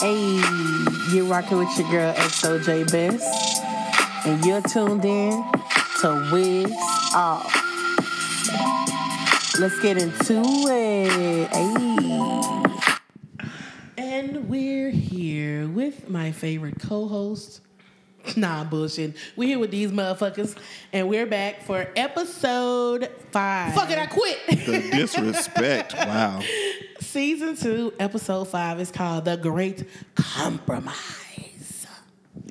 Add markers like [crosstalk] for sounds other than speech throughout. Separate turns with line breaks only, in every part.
Hey, you're rocking with your girl XOJ Best, and you're tuned in to Wigs Off. Let's get into it. Hey. And we're here with my favorite co host. Nah, bullshit. We're here with these motherfuckers, and we're back for episode five. Fuck it, I quit.
[laughs] The disrespect. wow.
Season two, episode five is called The Great Compromise.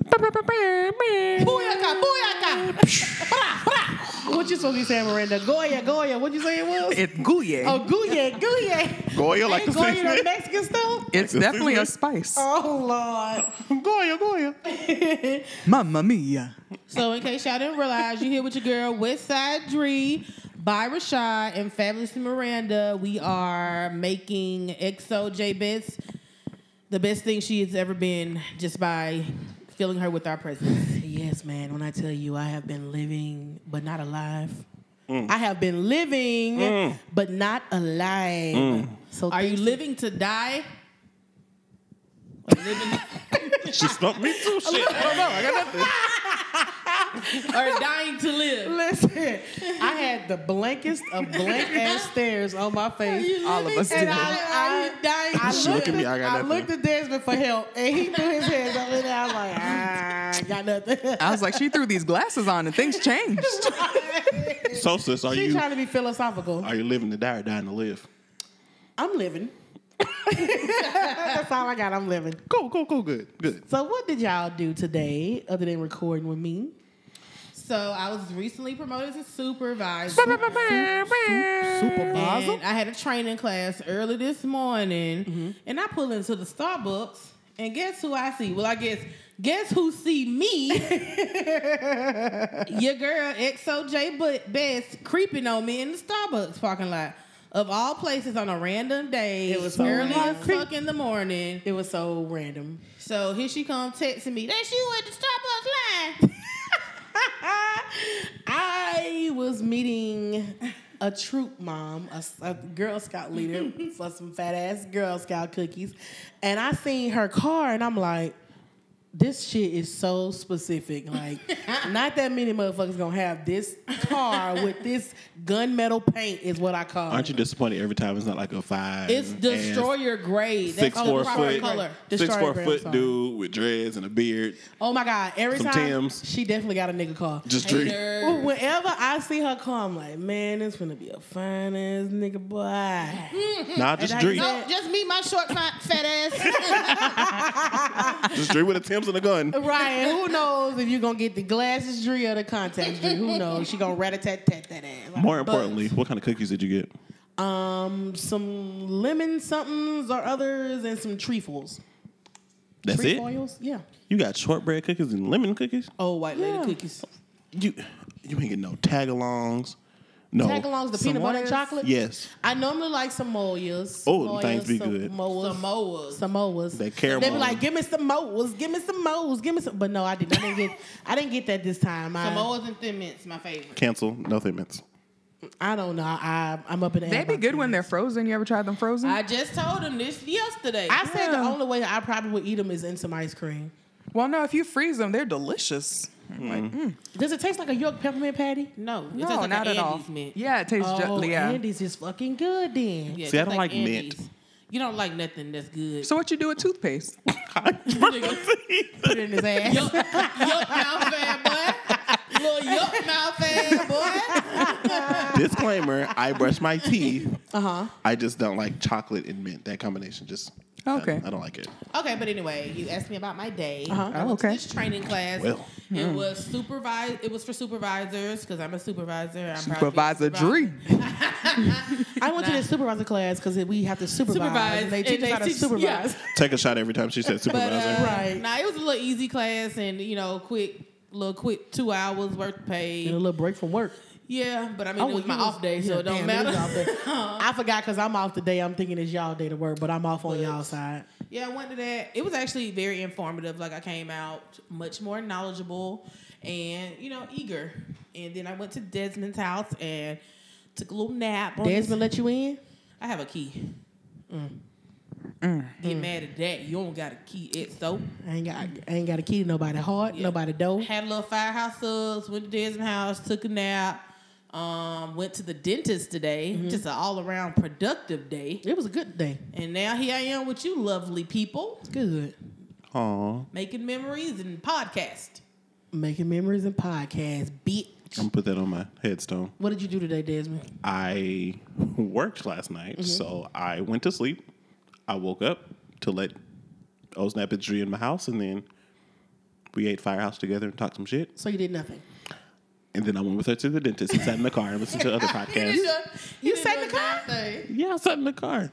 Booyaka, booyaka. Bra, bra. what you supposed to be saying, Miranda? Goya, Goya. What you say it was?
It's Guye.
oh, Guya, Guya.
Goya, like
Ain't
the
Goya
same
no
[laughs] thing.
Mexican stuff?
it's
Like,
definitely a
excuse
spice.
Oh, Lord.
Goya, Goya.
Mamma mia.
So in case y'all didn't realize, you here with your girl Westside Dree, by Rashad and Fabulous Miranda. We are making XOJ Best the best thing she has ever been just by filling her with our presence.
Yes, man. When I tell you, I have been living but not alive. I have been living but not alive. So
Are you
thank
living to die?
She stumped me too. Shit. I don't know. I got nothing.
[laughs]
Or dying to live?
Listen, I had the blankest of blank ass stares on my face.
All of us did.
And I, I, dying. I
She
looked
look at me, I got nothing.
looked at Desmond for help, and he threw his hands up, and I was like, ah, I got
[laughs]
nothing.
I was like, she threw these glasses on and things changed.
[laughs]
So, sis, are
She's
you
trying to be philosophical.
are you living to die or dying to live?
I'm living. [laughs] That's all I got. I'm living.
Go, go, go. Good, good.
So, what did y'all do today other than recording with me?
So I was recently promoted to supervisor.
Supervisor?
And I had a training class early this morning,
Mm-hmm.
and I pull into the Starbucks, and guess who I see? Well, I guess guess who see
[laughs]
me? Your girl XOJ but Best creeping on me in the Starbucks parking lot. Of all places on a random day,
It was so
early as
random.
fuck in the morning.
It was so random.
So here she come texting me. That's you at the Starbucks line.
[laughs] I was meeting a troop mom, a, a Girl Scout leader for some fat ass Girl Scout cookies, and I seen her car, and I'm like, this shit is so specific. Like, not that many motherfuckers gonna have this car with this gunmetal paint, is what I call.
Aren't
it.
you disappointed every time it's not like a five?
It's
and
destroyer grade. That's
Six
the
four
proper
foot,
color.
six
Destroyer
four
brand,
foot
sorry.
dude with dreads and a beard,
Oh my god! Every
Some
time
Timbs.
she definitely got a nigga car.
just drink.
Hater.
Ooh, whenever I see her car, I'm like, man, this gonna be a fine ass nigga boy.
Nah, just
I
drink.
know-
No, just me, my short, fat, fat ass.
Just drink with a Tim's and a gun.
Ryan, who knows if you're gonna get the glasses Dree or the contacts Dree? Who knows? She gonna rat a tat tat that ass.
More importantly, what kind of cookies did you get?
Um, some lemon somethings or others and some trefoils.
That's it.
Trefoils? Yeah.
You got shortbread cookies and lemon cookies.
oh, white lady
Yeah.
cookies.
You you ain't getting no tagalongs. No
Tagalongs, the
Some
peanut butter and
ones?
chocolate.
Yes,
I normally like Samoyas.
Oh, them things be good.
Samoas.
Samoas.
Samoas.
That caramel.
They be like, give me some moas, give me some moas, give me some. But no, I didn't. I didn't get. I didn't get that this time. I,
Samoas and thin mints, my favorite.
cancel. Nothing mints.
I don't know. I, I'm up in the air.
They be
about
good
that.
when they're frozen. You ever tried them frozen?
I just told him this yesterday.
I said the
Yeah.
only way I probably would eat them is in some ice cream.
well, no, if you freeze them, they're delicious.
Does it taste like a York peppermint patty?
no, it
No,
tastes like
not at
an
all.
Andes mint.
Yeah, it tastes
Oh,
gently. Yeah.
Andy's is fucking good then.
Yeah,
See, I
just
don't like mint.
Andes. You don't like nothing that's good.
So what you do with toothpaste?
Put it in his ass.
[laughs] yup yup mouth fan, boy. Little yup mouth fan, boy.
Disclaimer: I brush my teeth.
Uh huh.
I just don't like chocolate and mint. That combination just I-
Okay.
I, don't like it.
Okay, but anyway, you asked me about my day.
Uh-huh.
I
Oh,
went to
okay. Hmm.
This training class.
Well.
It was supervised. It was for supervisors because I'm a supervisor. I'm proud to
Supervisor
be a supervisor.
Dree.
I went
[laughs]
to the supervisor class because we have to supervise.
Supervise,
and they
and
teach us
they
how to
teach-
supervise.
Take a shot every time she said
But
supervisor.
uh,
Right.
Now it was a little easy class, and you know, quick little quick two hours worth
Get
of
a
pay.
little break from work. Oh,
Yeah, but I mean, it
well,
was my
you
off day, so
yeah,
it don't
damn, was
matter. [laughs]
off day. I forgot because I'm off today. I'm thinking it's y'all day to work, but I'm off on y'all side.
Yeah, I went to that. It was actually very informative. Like I came out much more knowledgeable and you know eager. And then I went to Desmond's house and took a little nap. On his-
Desmond let you in?
Mm. I have a key.
Get mad at that. You don't got to key it. So
Mm. I ain't got I ain't got a key to nobody heart, nobody door.
had a little firehouse subs. Went to Desmond House. Took a nap. Um, went to the dentist today. Just an all around productive day.
Mm-hmm. It was a good day.
And now here I am with you, lovely people,
It's good.
Aw.
making memories and podcast.
Making memories and podcasts, bitch.
I'm gonna put that on my headstone.
What did you do today, Desmond?
I worked last night, so I went to sleep. I woke up to let O Snap and Dree in my house, and then we ate Firehouse together and talked some shit.
So you did nothing.
And then I went with her to the dentist and sat in the car and listened to other podcasts.
You,
You sat in the car?
yeah, I sat in the car.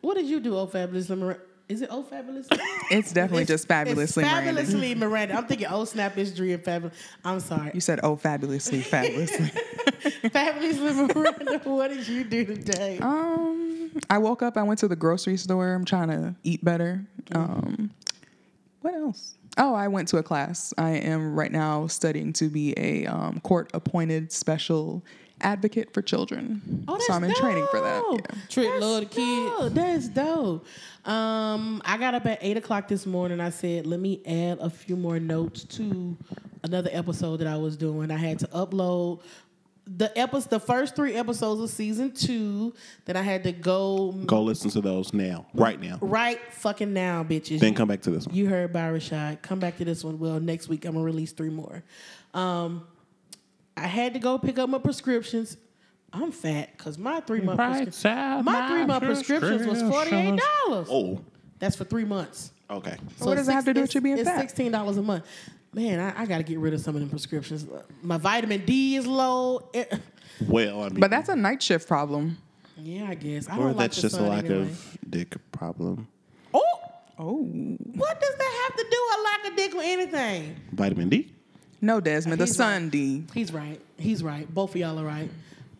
What did you do, Oh Fabulous Miranda? Is it Oh Fabulous?
It's [laughs] definitely just fabulously
it's
Miranda.
fabulously Miranda. I'm thinking Oh Snap is Drea Fabulous. I'm sorry.
[laughs] You said, oh, fabulously, fabulously.
fabulously Miranda, [laughs] what did you do today?
Um, I woke up. I went to the grocery store. I'm trying to eat better. Um, what else? Oh, I went to a class. I am right now studying to be a um, court-appointed special advocate for children.
Oh, that's
so I'm in training for that.
dope.
yeah.
Trick love the kids.
Dope. That's dope. Um, I got up at eight o'clock this morning. I said, let me add a few more notes to another episode that I was doing. I had to upload the episode, the first three episodes of season two. Then I had to go
Go listen to those now, right now.
right fucking now, bitches.
Then come back to
[laughs]
this one.
You heard by Rashad. Come back to this one. Well, next week I'm gonna release three more. Um, I had to go pick up my prescriptions. I'm fat because my three month prescription, my three month prescriptions was forty eight dollars.
Oh,
That's for three months.
okay.
So
what does it have to do
it's-
with you being
it's
fat?
sixteen dollars a month. Man, I, I got to get rid of some of them prescriptions. My vitamin D is low. Eh, It-
Well, I mean,
But that's a night shift problem.
yeah, I guess. I don't
or
like
that's
the
just a
sun
lack
anyway.
of dick problem.
Oh,
Oh
what does that have to do? A lack of dick with anything?
Vitamin D.
no, Desmond. The
He's
sun
right.
D.
He's right. He's right. Both of y'all are right.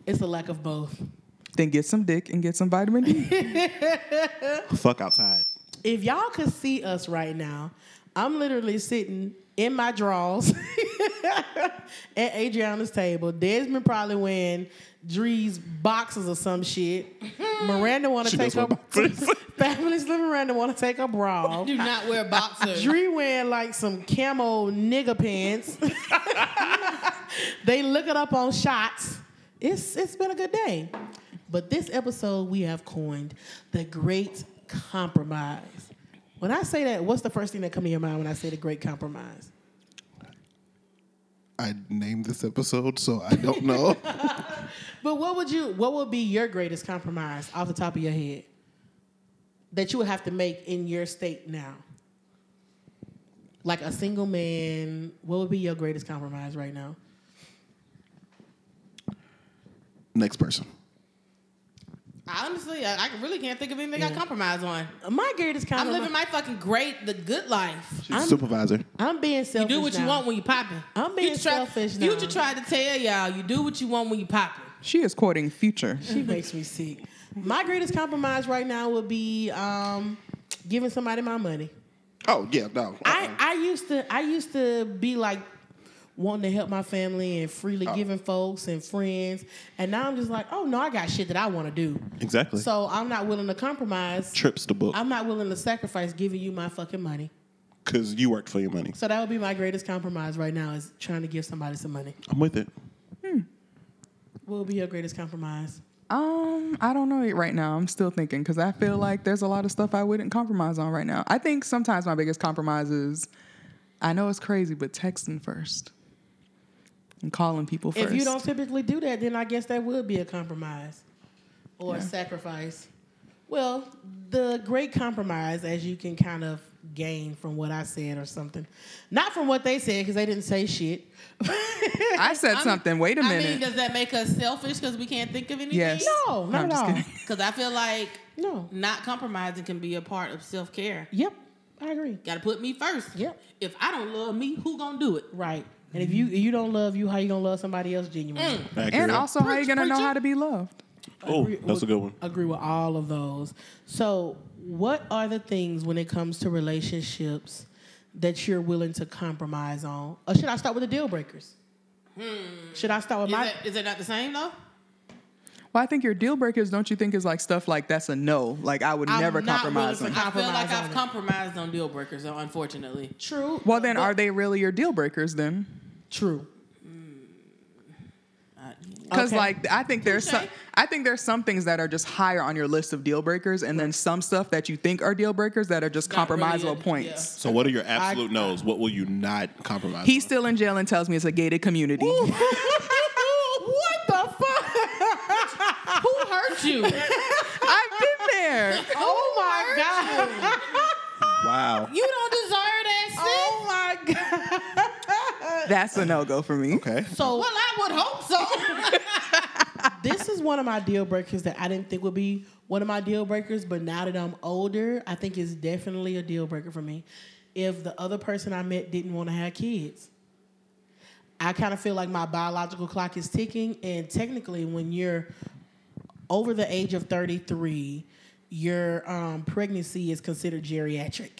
It's a lack of both.
Then get some dick and get some vitamin [laughs] D.
Fuck outside.
If y'all could see us right now, I'm literally sitting in my drawers [laughs] at Adriana's table. Desmond probably wearing Dree's boxes or some shit.
[laughs]
Miranda want to
She
take
does wear
her
boxers.
[laughs] fabulous little Miranda want to take her bra.
[laughs]
off.
Do not wear boxers.
Dree wearing like some camo nigga
[laughs]
pants. [laughs] they look it up on shots. It's it's been a good day. But this episode we have coined the great compromise. When I say that, what's the first thing that comes to your mind when I say the great compromise?
I named this episode, so I don't know.
But what would you what would be your greatest compromise off the top of your head that you would have to make in your state now? Like a single man, what would be your greatest compromise right now?
Next person.
Honestly, I, I really can't think of anything I compromise on.
My greatest
I'm
compromise.
living my fucking great, the good life.
She's a supervisor.
I'm being selfish.
Do what you
now.
want when you popping.
I'm being
Future tried-
selfish now.
Future tried to tell y'all, you do what you want when you popping.
she is quoting future.
She makes me sick. My greatest compromise right now would be um, giving somebody my money.
oh yeah, no.
I, I used to I used to be like wanting to help my family and freely giving folks and friends, and now I'm just like, oh no, I got shit that I want to do,
Exactly.
so I'm not willing to compromise.
Trips the book
I'm not willing to sacrifice giving you my fucking money.
because you worked for your money.
So that would be my greatest compromise right now is trying to give somebody some money.
I'm with it.
What would be your greatest compromise?
Um, I don't know it right now. I'm still thinking because I feel like there's a lot of stuff I wouldn't compromise on right now. I think sometimes my biggest compromise is I know it's crazy, but texting first and calling people first.
If you don't typically do that, then I guess that would be a compromise or a sacrifice. Well, the great compromise, as you can kind of gain from what I said or something, not from what they said because they didn't say shit.
[laughs] I said
I'm-
something. Wait a
I
minute.
mean, does that make us selfish because we can't think of anything?
yes.
No,
I'm
not at
just
all.
kidding.
Because I feel like
[laughs] No.
not compromising can be a part of self care.
Yep, I agree.
Got to put me first.
Yep.
If I don't love me, who gonna do it?
Right. And if you you don't love you, how you gonna love somebody else
Mm.
genuinely?
Accurate.
And also, how you
Preach,
gonna know
preacher.
how to be loved?
oh,
agree
that's a
with-
good one.
Agree with all of those. So, what are the things when it comes to relationships that you're willing to compromise on? Or should I Hmm. start with the deal breakers? Should I start with
Is,
my
that, is that not the same though?
Well, I think your deal breakers, don't you think, is like stuff like that's a no. Like I would
I'm
never
not
compromise
willing
on.
to
I feel like
Compromise on
I've
it.
compromised on deal breakers, though, unfortunately.
True.
Well, then, are they really your deal breakers then?
True.
Because
Okay.
like I think there's some,
Touche.
I think there's some things that are just higher on your list of deal breakers, and then some stuff that you think are deal breakers that are just
Not really
compromisable
a-
points.
So what are your absolute no's? What will you not compromise?
He's still in jail and tells me it's a gated community.
[laughs] what the fuck?
Who hurt
[laughs]
you?
I've been there.
[laughs]
Oh my god.
on? Wow.
you don't deserve that shit.
Oh my god.
That's a no go for me.
Okay.
So
Well, I would hope so.
this is one of my deal breakers that I didn't think would be one of my deal breakers, but now that I'm older, I think it's definitely a deal breaker for me. If the other person I met didn't want to have kids, I kind of feel like my biological clock is ticking, and technically, when you're over the age of 33, your um, pregnancy is considered geriatric.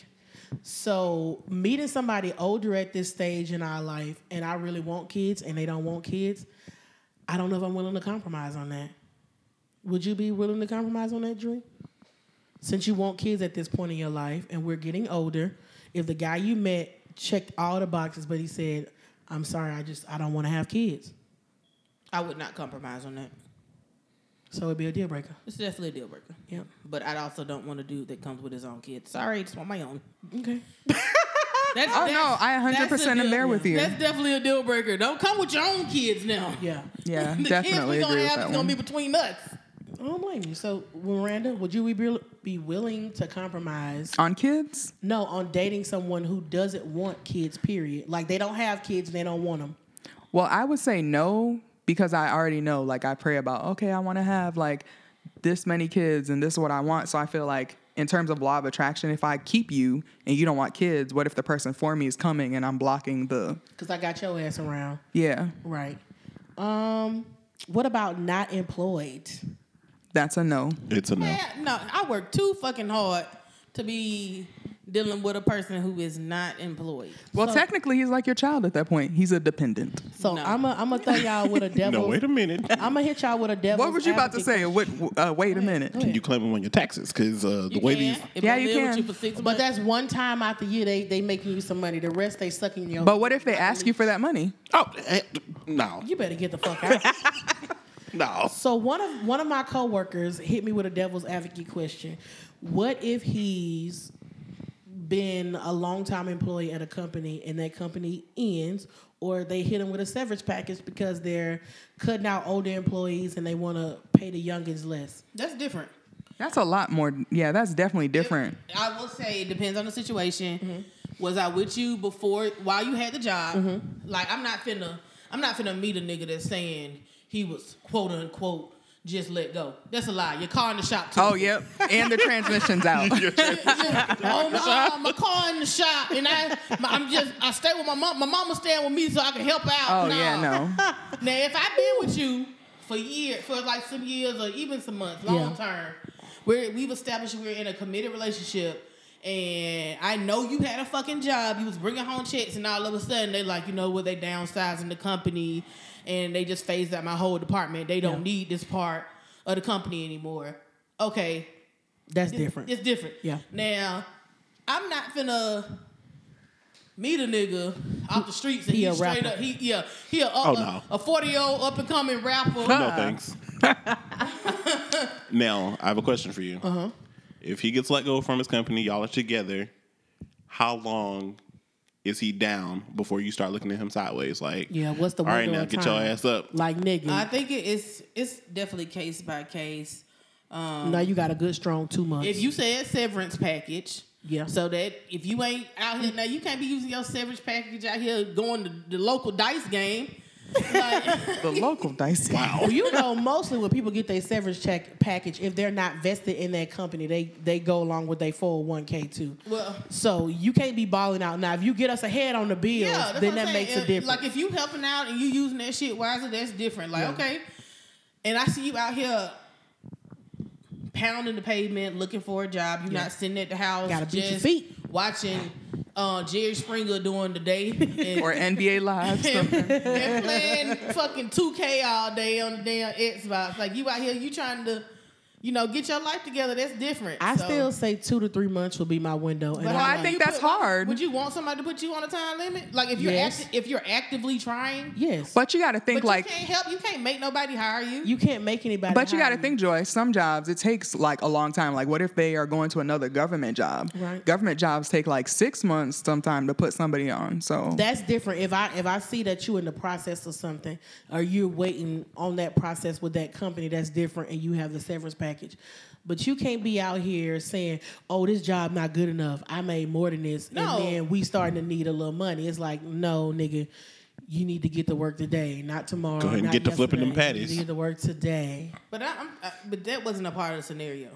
So, meeting somebody older at this stage in our life, and I really want kids, and they don't want kids, I don't know if I'm willing to compromise on that. Would you be willing to compromise on that, Drew? Since you want kids at this point in your life and we're getting older, if the guy you met checked all the boxes, but he said, I'm sorry, I just, I don't want to have kids.
I would not compromise on that.
So it'd be a deal breaker.
It's definitely a deal breaker.
Yep.
But I also don't want a dude that comes with his own kids. Sorry, I just want my own.
Okay.
That's,
Oh, no, I 100% am
that's a
there
deal-
with you.
That's definitely a deal breaker. Don't come with your own kids now.
Yeah.
Yeah,
[laughs] the
definitely
kids we
agree
gonna
with
have
that
is gonna be
one.
between us.
I don't blame you. So, Miranda, would you be, be willing to compromise?
On kids,
No, on dating someone who doesn't want kids, period. Like they don't have kids and they don't want them.
well, I would say no because I already know. Like I pray about, okay, I want to have like this many kids, and this is what I want. So I feel like in terms of law of attraction, if I keep you and you don't want kids, what if the person for me is coming and I'm blocking the
Because I got your ass around.
yeah?
Right. Um, what about not employed?
That's a no.
It's a no.
Yeah, no, I work too fucking hard to be dealing with a person who is not employed.
Well,
So-
technically, he's like your child at that point. He's a dependent.
So
No.
I'm a I'm gonna throw y'all
[laughs]
with a devil.
No, wait a minute. [laughs]
I'm gonna hit y'all with a devil.
What was you about to say? What, uh, wait a minute.
you claim them on your taxes because uh, the
You
way
can.
these
If
Yeah,
I
you
live
can.
With you for
[laughs]
six
But
months,
that's one time out the year they they making you some money. The rest they sucking your.
But what if they ask you for that money?
oh eh, no
you better get the
[laughs]
fuck out.
no
So one of one of my coworkers hit me with a devil's advocate question. What if he's been a longtime employee at a company and that company ends or they hit him with a severance package because they're cutting out older employees and they want to pay the youngins less.
that's different.
That's a lot more. Yeah, that's definitely different.
I will say it depends on the situation. Was I with you before while you had the job? Like I'm not finna I'm not finna meet a nigga that's saying he was quote unquote just let go. That's a lie. Your car in the shop too.
Oh,
[laughs]
yep. And the transmission's out.
oh no, uh, my car in the shop, and I, my, I'm just I stay with my mom. My mama staying with me so I can help out.
Oh,
Nah.
yeah, no.
Now if I've been with you for years, for like some years or even some months, long term, where we've established we're in a committed relationship, and I know you had a fucking job, you was bringing home checks, and all of a sudden they like, you know what, they downsizing the company, and they just phased out my whole department. They don't need this part of the company anymore. Okay,
That's different.
it's different.
Yeah.
Now, I'm not finna meet a nigga off the streets and
He
he,
a
straight
rapper.
up. He yeah. He a uh,
Oh, no.
a forty year old up and coming rapper.
Oh, no thanks now i have a question for you uh-huh. if he gets let go from his company y'all are together how long is he down before you start looking at him sideways like
Yeah, what's the
all right
window
now
of
get your
time?
ass up
Like nigga,
I think it- it's it's definitely case by case.
now you got a good strong two months.
If you said severance package.
Yeah.
So that if you ain't out here now, you can't be using your severance package out here going to the local dice game. Like,
The local dice.
wow
Well, you know, mostly when people get their severance check package, if they're not vested in that company, they they go along with their 401k too.
well,
So you can't be balling out now. If you get us ahead on the bills,
Yeah, that's
then
what I'm
that
saying.
makes a
If-
difference.
Like if you helping out and you using that shit wisely, that's different. Like okay, and I see you out here pounding the pavement looking for a job. You're not sitting at the house.
Gotta beat your
just
feet.
Watching uh, Jerry Springer during the
[laughs]
day and, [laughs]
or NBA Live. Something.
and playing fucking 2K all day on the damn Xbox. Like you out here, you trying to, you know, get your life together. That's different.
I
So-
still say two to three months will be my window. And
But
I'm
how
I
like,
would
think
you
that's
put-
hard.
Would you want somebody to put you on a time limit? Like if you're
Yes.
acti- if you're actively trying,
yes,
But you got to think
but
like.
you can't help. You can't make nobody hire you.
you can't make anybody.
But you
hire
got to think, Joy. Some jobs it takes like a long time. Like, what if they are going to another government job?
Right.
Government jobs take like six months sometime to put somebody on. So
That's different. If I if I see that you in the process of something, or you're waiting on that process with that company, that's different, and you have the severance package. But you can't be out here saying, "Oh, this job not good enough. I made more than this,"
No.
and then we starting to need a little money. It's like, no, nigga, you need to get to work today, not tomorrow.
Go ahead and
not
get to flipping them
yesterday.
patties.
You need to work today.
But I, I'm, I, but that wasn't a part of the scenario.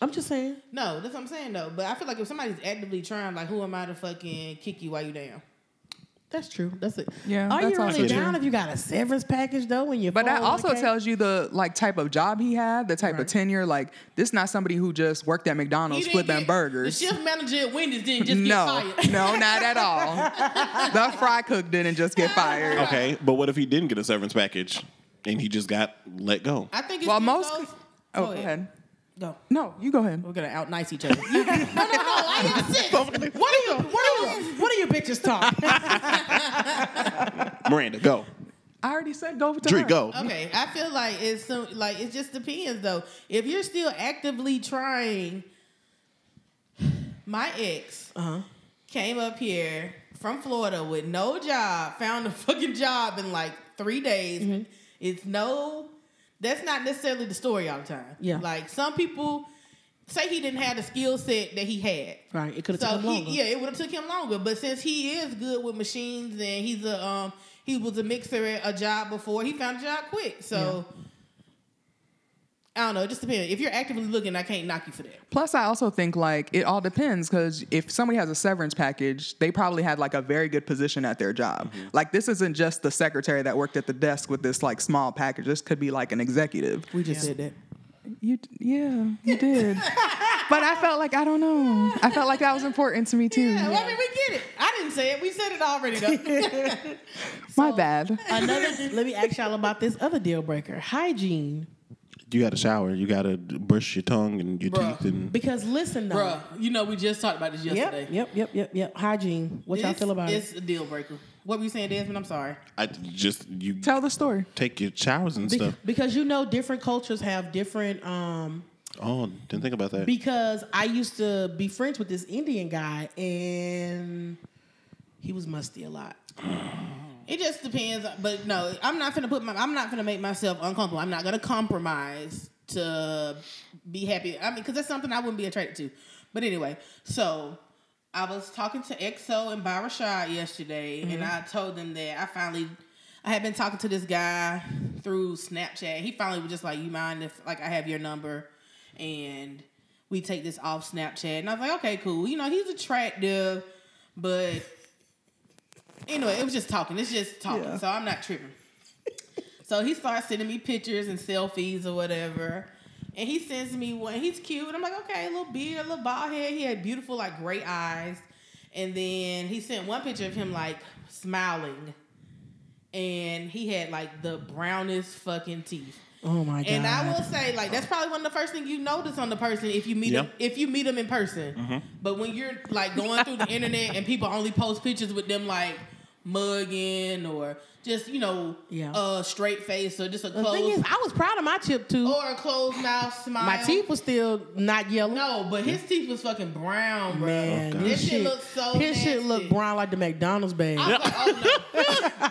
I'm just saying.
No, that's what I'm saying though. But I feel like if somebody's actively trying, like who am I to fucking kick you while you down?
That's true. That's it.
Yeah,
Are
that's
you
also
really
true.
down if you got a severance package though? And you.
But that also tells you the like type of job he had, the type of tenure. Like this, not somebody who just worked at
You
McDonald's
didn't
flipping
get-
burgers.
The shift manager at Wendy's didn't just get
no, [laughs]
fired.
no, not at all. the fry cook didn't just get
[laughs] Oh,
fired.
Okay, but what if he didn't get a severance package and he just got let go?
I think it's
Well,
still
most.
goes-
Oh,
Go
go
ahead.
ahead.
Go.
No, you go ahead.
[laughs] We're gonna out nice each other. [laughs] no, no, no. I am sick.
[laughs] What are you? What are you? What are you bitches talking?
Miranda,
[laughs]
go.
I already said go to
Dree,
her.
go.
Um,
Okay, I feel like it's some, like it just depends though. If you're still actively trying, my ex
Uh-huh.
came up here from Florida with no job, found a [laughs] fucking job in like three days.
Mm-hmm.
It's no, that's not necessarily the story all the time.
Yeah.
like some people say he didn't have the skill set that he had.
Right. It could have
So
taken
he,
longer.
yeah, it would have took him longer. But since he is good with machines and he's a um he was a mixer at a job before, he found a job quick. So I don't know, it just depends. If you're actively looking, I can't knock you for that.
Plus, I also think like it all depends because if somebody has a severance package, they probably had like a very good position at their job. Like this isn't just the secretary that worked at the desk with this like small package. This could be like an executive.
We just said that.
You d- yeah, you did. but I felt like I don't know. I felt like that was important to me too.
Yeah, well, I mean, we get it. I didn't say it. We said it already,
[laughs]
though. [laughs]
My bad.
Another. let me ask y'all about this other deal breaker: hygiene.
You got to shower. You got to brush your tongue and your
Bruh.
teeth and
Because listen, though.
Bruh, you know, we just talked about this
Yep.
yesterday.
Yep. Yep. Yep. Yep. Hygiene. What y'all
It's-
feel about it?
It's a deal breaker. What were you saying, Desmond? I'm sorry.
I just you
Tell the story.
take your showers and
Be-
stuff.
because you know, different cultures have different. um
Oh, didn't think about that.
Because I used to be friends with this Indian guy, and he was musty a lot.
It just depends. But no, I'm not gonna put my. I'm not gonna make myself uncomfortable. I'm not gonna compromise to be happy. I mean, because that's something I wouldn't be attracted to. But anyway, so I was talking to EXO and Barashad yesterday, and I told them that I finally. I had been talking to this guy through Snapchat. He finally was just like, "You mind if like I have your number?" and we take this off Snapchat. And I was like, okay, cool. You know, he's attractive, but anyway, it was just talking. It's just talking. So I'm not tripping. so he starts sending me pictures and selfies or whatever. And he sends me one. He's cute. And I'm like, okay, a little beard, a little bald head. He had beautiful, like, gray eyes. And then he sent one picture of him, like, smiling. And he had, like, the brownest fucking teeth.
Oh my god!
And I will say, like, that's probably one of the first things you notice on the person if you meet
Yeah.
them if you meet them in person.
Mm-hmm.
But when you're like going through the internet and people only post pictures with them like mugging or just you know
Yeah.
a straight face or just a
the thing is,
closed
I was proud of my chip too.
or a closed mouth smile.
my teeth was still not yellow.
No, but his teeth was fucking brown, bro.
Man,
Oh, God.
his
This shit
shit
looked so
His shit
nasty.
looked brown like the McDonald's bag.
I was like, oh no.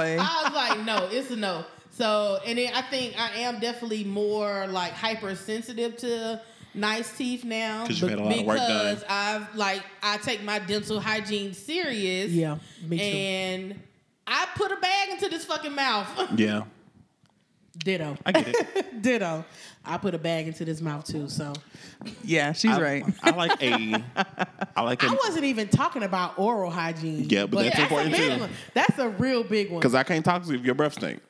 Joy.
I was like, no, it's a no. So, and then I think I am definitely more like hypersensitive to nice teeth now
'Cause you've had a lot of work done.
because I've like I take my dental hygiene serious.
Yeah, me too.
And I put a bag into this fucking mouth. [laughs]
yeah,
Ditto.
I get it.
Ditto. I put a bag into this mouth too, so
Yeah, she's
I,
right.
I like a. I like
I
a.
wasn't even talking about oral hygiene.
Yeah, but that's important,
a big
too.
one. That's a real big one.
Because I can't talk to you if your breath stink.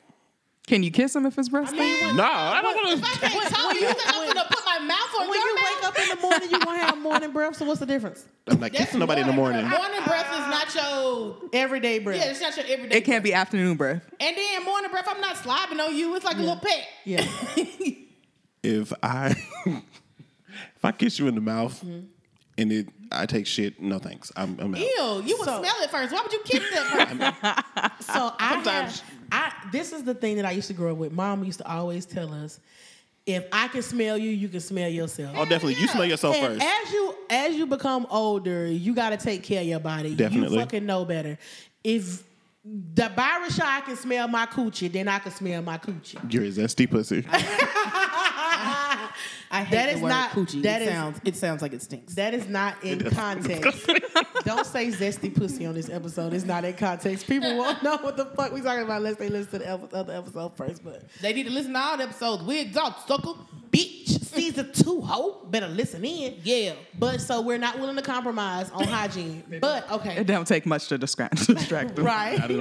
Can you kiss him if his breast?
I mean,
No, I don't
If
want
I can't talk, you think I'm gonna put my my mouth on
When
your
you
mouth.
wake up in the morning, you're
[laughs]
gonna have morning breath. So what's the difference?
I'm not
That's
kissing nobody in the morning.
breath. Morning breath is not your.
Everyday breath.
Yeah, it's not your everyday.
It can't be afternoon breath.
breath. And then morning breath, I'm not slobbing on you. It's like a little pet.
Yeah. [laughs]
If I [laughs] if I kiss you in the mouth and it I take shit, no thanks. I'm, I'm out.
Mm-hmm. Ew, you would
So-
smell it first. Why would you kiss
[laughs]
that person?
So I
Sometimes-
have, I this is the thing that I used to grow up with. Mom used to always tell us, if I can smell you, you can smell yourself.
Oh, definitely. You smell yourself
and
first.
as you as you become older, you got to take care of your body.
Definitely.
you fucking know better. If the barbershop I can smell my coochie, then I can smell my coochie.
You're a zesty
[laughs]
pussy.
I hate
That is not- that
it
is-
sounds it sounds like it stinks.
That is
[laughs]
not in context. Don't say zesty pussy on this episode. It's not in context. People won't know what the fuck we talking about unless they listen to the ep- other episode first. But
They need to listen to all the episodes. We exalt sucker.
bitch, season two, ho, better listen in.
Yeah.
But so we're not willing to compromise on
[laughs]
hygiene. But okay,
It don't take much to distract, [laughs] distract them.
right?
Not at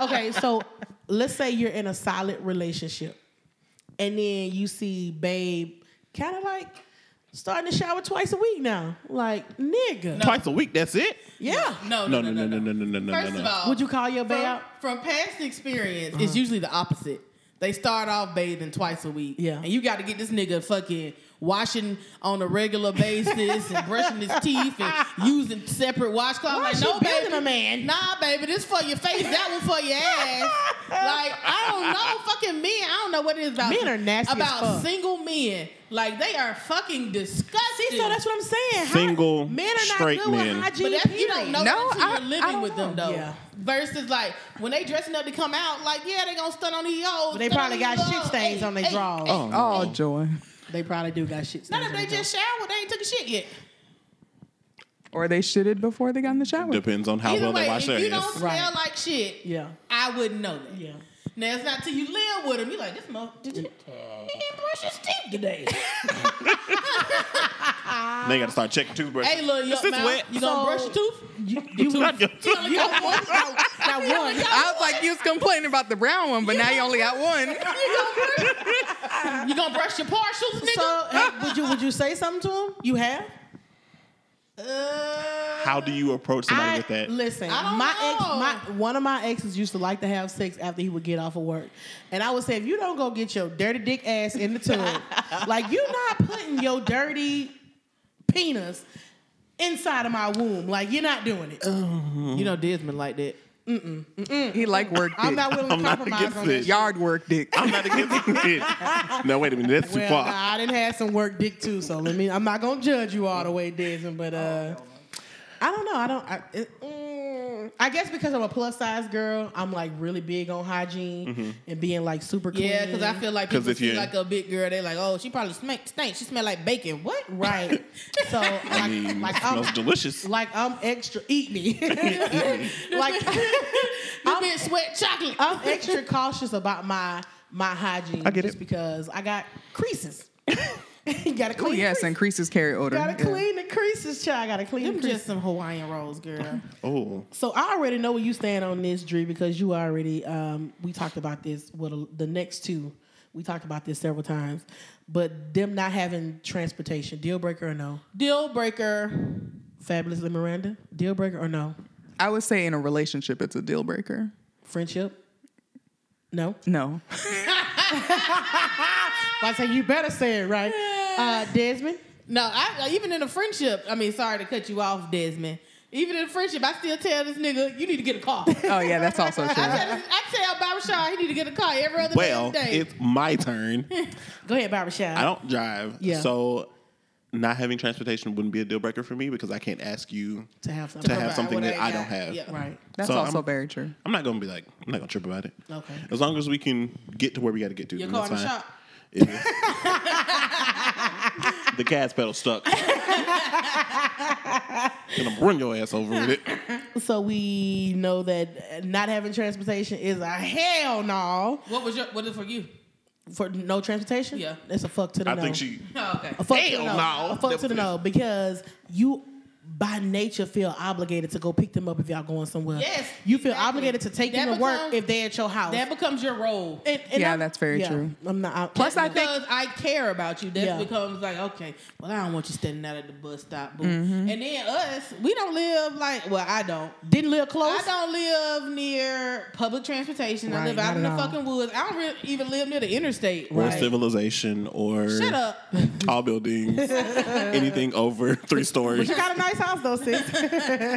all.
okay, so let's say you're in a solid relationship, and then you see babe kind of like starting to shower twice a week now. Like nigga,
Twice a week, that's it?
yeah.
No,
No, no, no, no, no, no, no, no,
First
no.
of all,
Would you call your babe?
from,
out?
from past experience, it's
Uh-huh.
usually the opposite. They start off bathing twice a week.
Yeah.
And you got to get this nigga fucking washing on a regular basis and brushing his teeth and using separate washcloths.
Why
like,
is she
no,
building
baby.
a man?
Nah, baby, this for your face, that one for your ass. like, I don't know. Fucking men, I don't know what it is about.
Men are nasty as
About
fuck.
single men. Like, they are fucking disgusting.
See, so that's what I'm saying. Hy-
Single,
men are not
straight
good
men.
with hygiene.
but that, you don't
period.
No,
know that until
I-
you're
I
living
don't
with them
know.
though.
Yeah.
Versus like when they dressing up to come out, like yeah, they gonna stunt on these old.
But they probably got shit stains on their drawers.
Oh, no.
Oh, joy.
They probably do got shit stains.
Not if
on
they
their
just showered, they ain't took a shit yet.
Or they shitted before they got in the shower.
Depends on how
Either
well
way,
they wash
if you
their
don't
hands.
smell
Right.
like shit,
Yeah.
I wouldn't know that.
Yeah.
Now it's not till you live with them. You like this mo did you he didn't brush his teeth today?
They got to start checking toothbrushes.
hey, little yuck
this
mouth,
wet?
you gonna
So-
brush your tooth?
You, you, you,
Not your-
only got one. Not, not one.
I was like, you was complaining about the brown one, but now you only got one.
You gonna brush your partials, nigga?
So [laughs] hey, would you would you say something to him? You have?
how do you approach somebody with that?
Listen,
I don't
my
know.
ex, my one of my exes used to like to have sex after he would get off of work, and I would say, if you don't go get your dirty dick ass in the
[laughs]
tub, like you're not putting your dirty penis inside of my womb, like you're not doing it.
you know Desmond like that.
He like work dick.
I'm not
[laughs]
willing to
I'm not
compromise
against
on that.
it.
shit.
Yard work
[laughs]
dick.
I'm not against it. No, wait a minute. That's too
Well,
far.
nah, I didn't have some work dick too, so let me. I'm not gonna judge you all the way, Desmond, but uh, I don't know. I don't. I, it, mm, I guess because I'm a plus size girl, I'm like really big on hygiene and being like super clean.
Yeah, because I feel like
'Cause
people
Mm-hmm. if
see
you-
like a big girl, they like, oh, she probably sm- stink. She smell like bacon. What? [laughs]
Right. So like,
I mean,
like
it
I'm
smells delicious.
like I'm extra. Eat
[laughs]
me. [laughs] like
I'm in sweat chocolate.
I'm extra cautious about my my hygiene.
I get
just
it.
because I got
[laughs]
creases. you gotta
Oh,
clean.
yes,
the
and creases carry odor.
creases. gotta
Yeah.
clean the creases, child. I gotta clean the
Them
creases.
just some Hawaiian rolls, girl.
oh,
So I already know where you stand on this, Drew, because you already um, we talked about this with a- the next two. We talked about this several times, but them not having transportation, deal breaker or no?
Deal breaker.
Fabulously Miranda, deal breaker or no?
I would say in a relationship, it's a deal breaker.
Friendship, no. [laughs]
No.
I say you better say it right, uh, Desmond.
No, I even in a friendship. I mean, sorry to cut you off, Desmond. Even in a friendship, I still tell this nigga, you need to get
[laughs]
a car. I,
Oh, yeah, that's also true.
tell this, I tell Bobby Shaw he need to get a car every other
well,
damn day.
it's my turn.
Go ahead, Barbara Shaw.
I don't drive.
[laughs] Yeah.
So not having transportation wouldn't be a deal breaker for me because I can't ask you
to have
to
something.
have
Provide
something
what
that
I
I don't
got.
have.
Yeah.
right.
That's
So
also
I'm-
very true.
I'm not gonna be like I'm not gonna trip about it.
Okay.
As long as we can get to where we got to get to,
Your
then
car in
that's
the
fine.
shop.
It is. the gas pedal
[laughs]
stuck. Gonna run your ass over with
[laughs]
it.
So we know that not having transportation is a hell no
what was your? What is for you?
for no transportation.
Yeah.
it's a fuck to the
I
no.
think she.
Oh, okay.
A fuck to
Hell
the no.
no.
A fuck to the no because you by nature feel obligated to go pick them up if y'all going somewhere.
Yes,
You feel
exactly.
obligated to take
That
them to work
becomes-
if they're at your house.
That becomes your role.
And- and
Yeah,
I'm-
that's very
yeah,
true.
I'm not. I,
Plus, I think
because I care about you. That
Yeah.
becomes like, okay, well, I don't want you standing out at the bus stop. Boo.
Mm-hmm.
And then us, we don't live like, well, I don't.
didn't live close.
I don't live near public transportation. I
Right,
live
not
out in the
at all.
fucking woods. I don't re- even live near the interstate.
Or
Right.
civilization or
Shut up.
tall buildings,
[laughs]
anything over three
But
stories.
you got a nice house though, sis.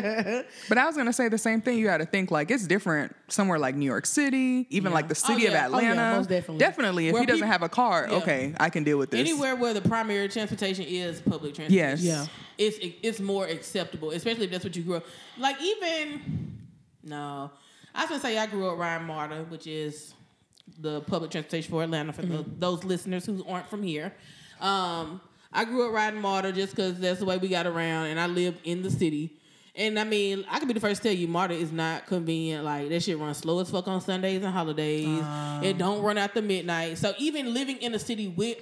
But I was gonna say the same thing. You got to think like it's different somewhere like New York City, even like the city
yeah.
of
Oh, yeah,
Atlanta.
most definitely.
if
Where
he doesn't
peop-
have a car,
Yeah.
okay, I can deal with this.
Anywhere where the primary transportation is public transportation.
Yes.
Yeah.
It's it's more acceptable, especially if that's what you grew up. Like even no. I was gonna say I grew up Ryan Marta, which is the public transportation for Atlanta for tho-
Mm-hmm.
those listeners who aren't from here. Um, I grew up riding Marta just because that's the way we got around, and I live in the city. And I mean, I could be the first to tell you, Marta is not convenient. Like that shit runs slow as fuck on Sundays and holidays.
Uh.
it don't run after midnight. So even living in the city with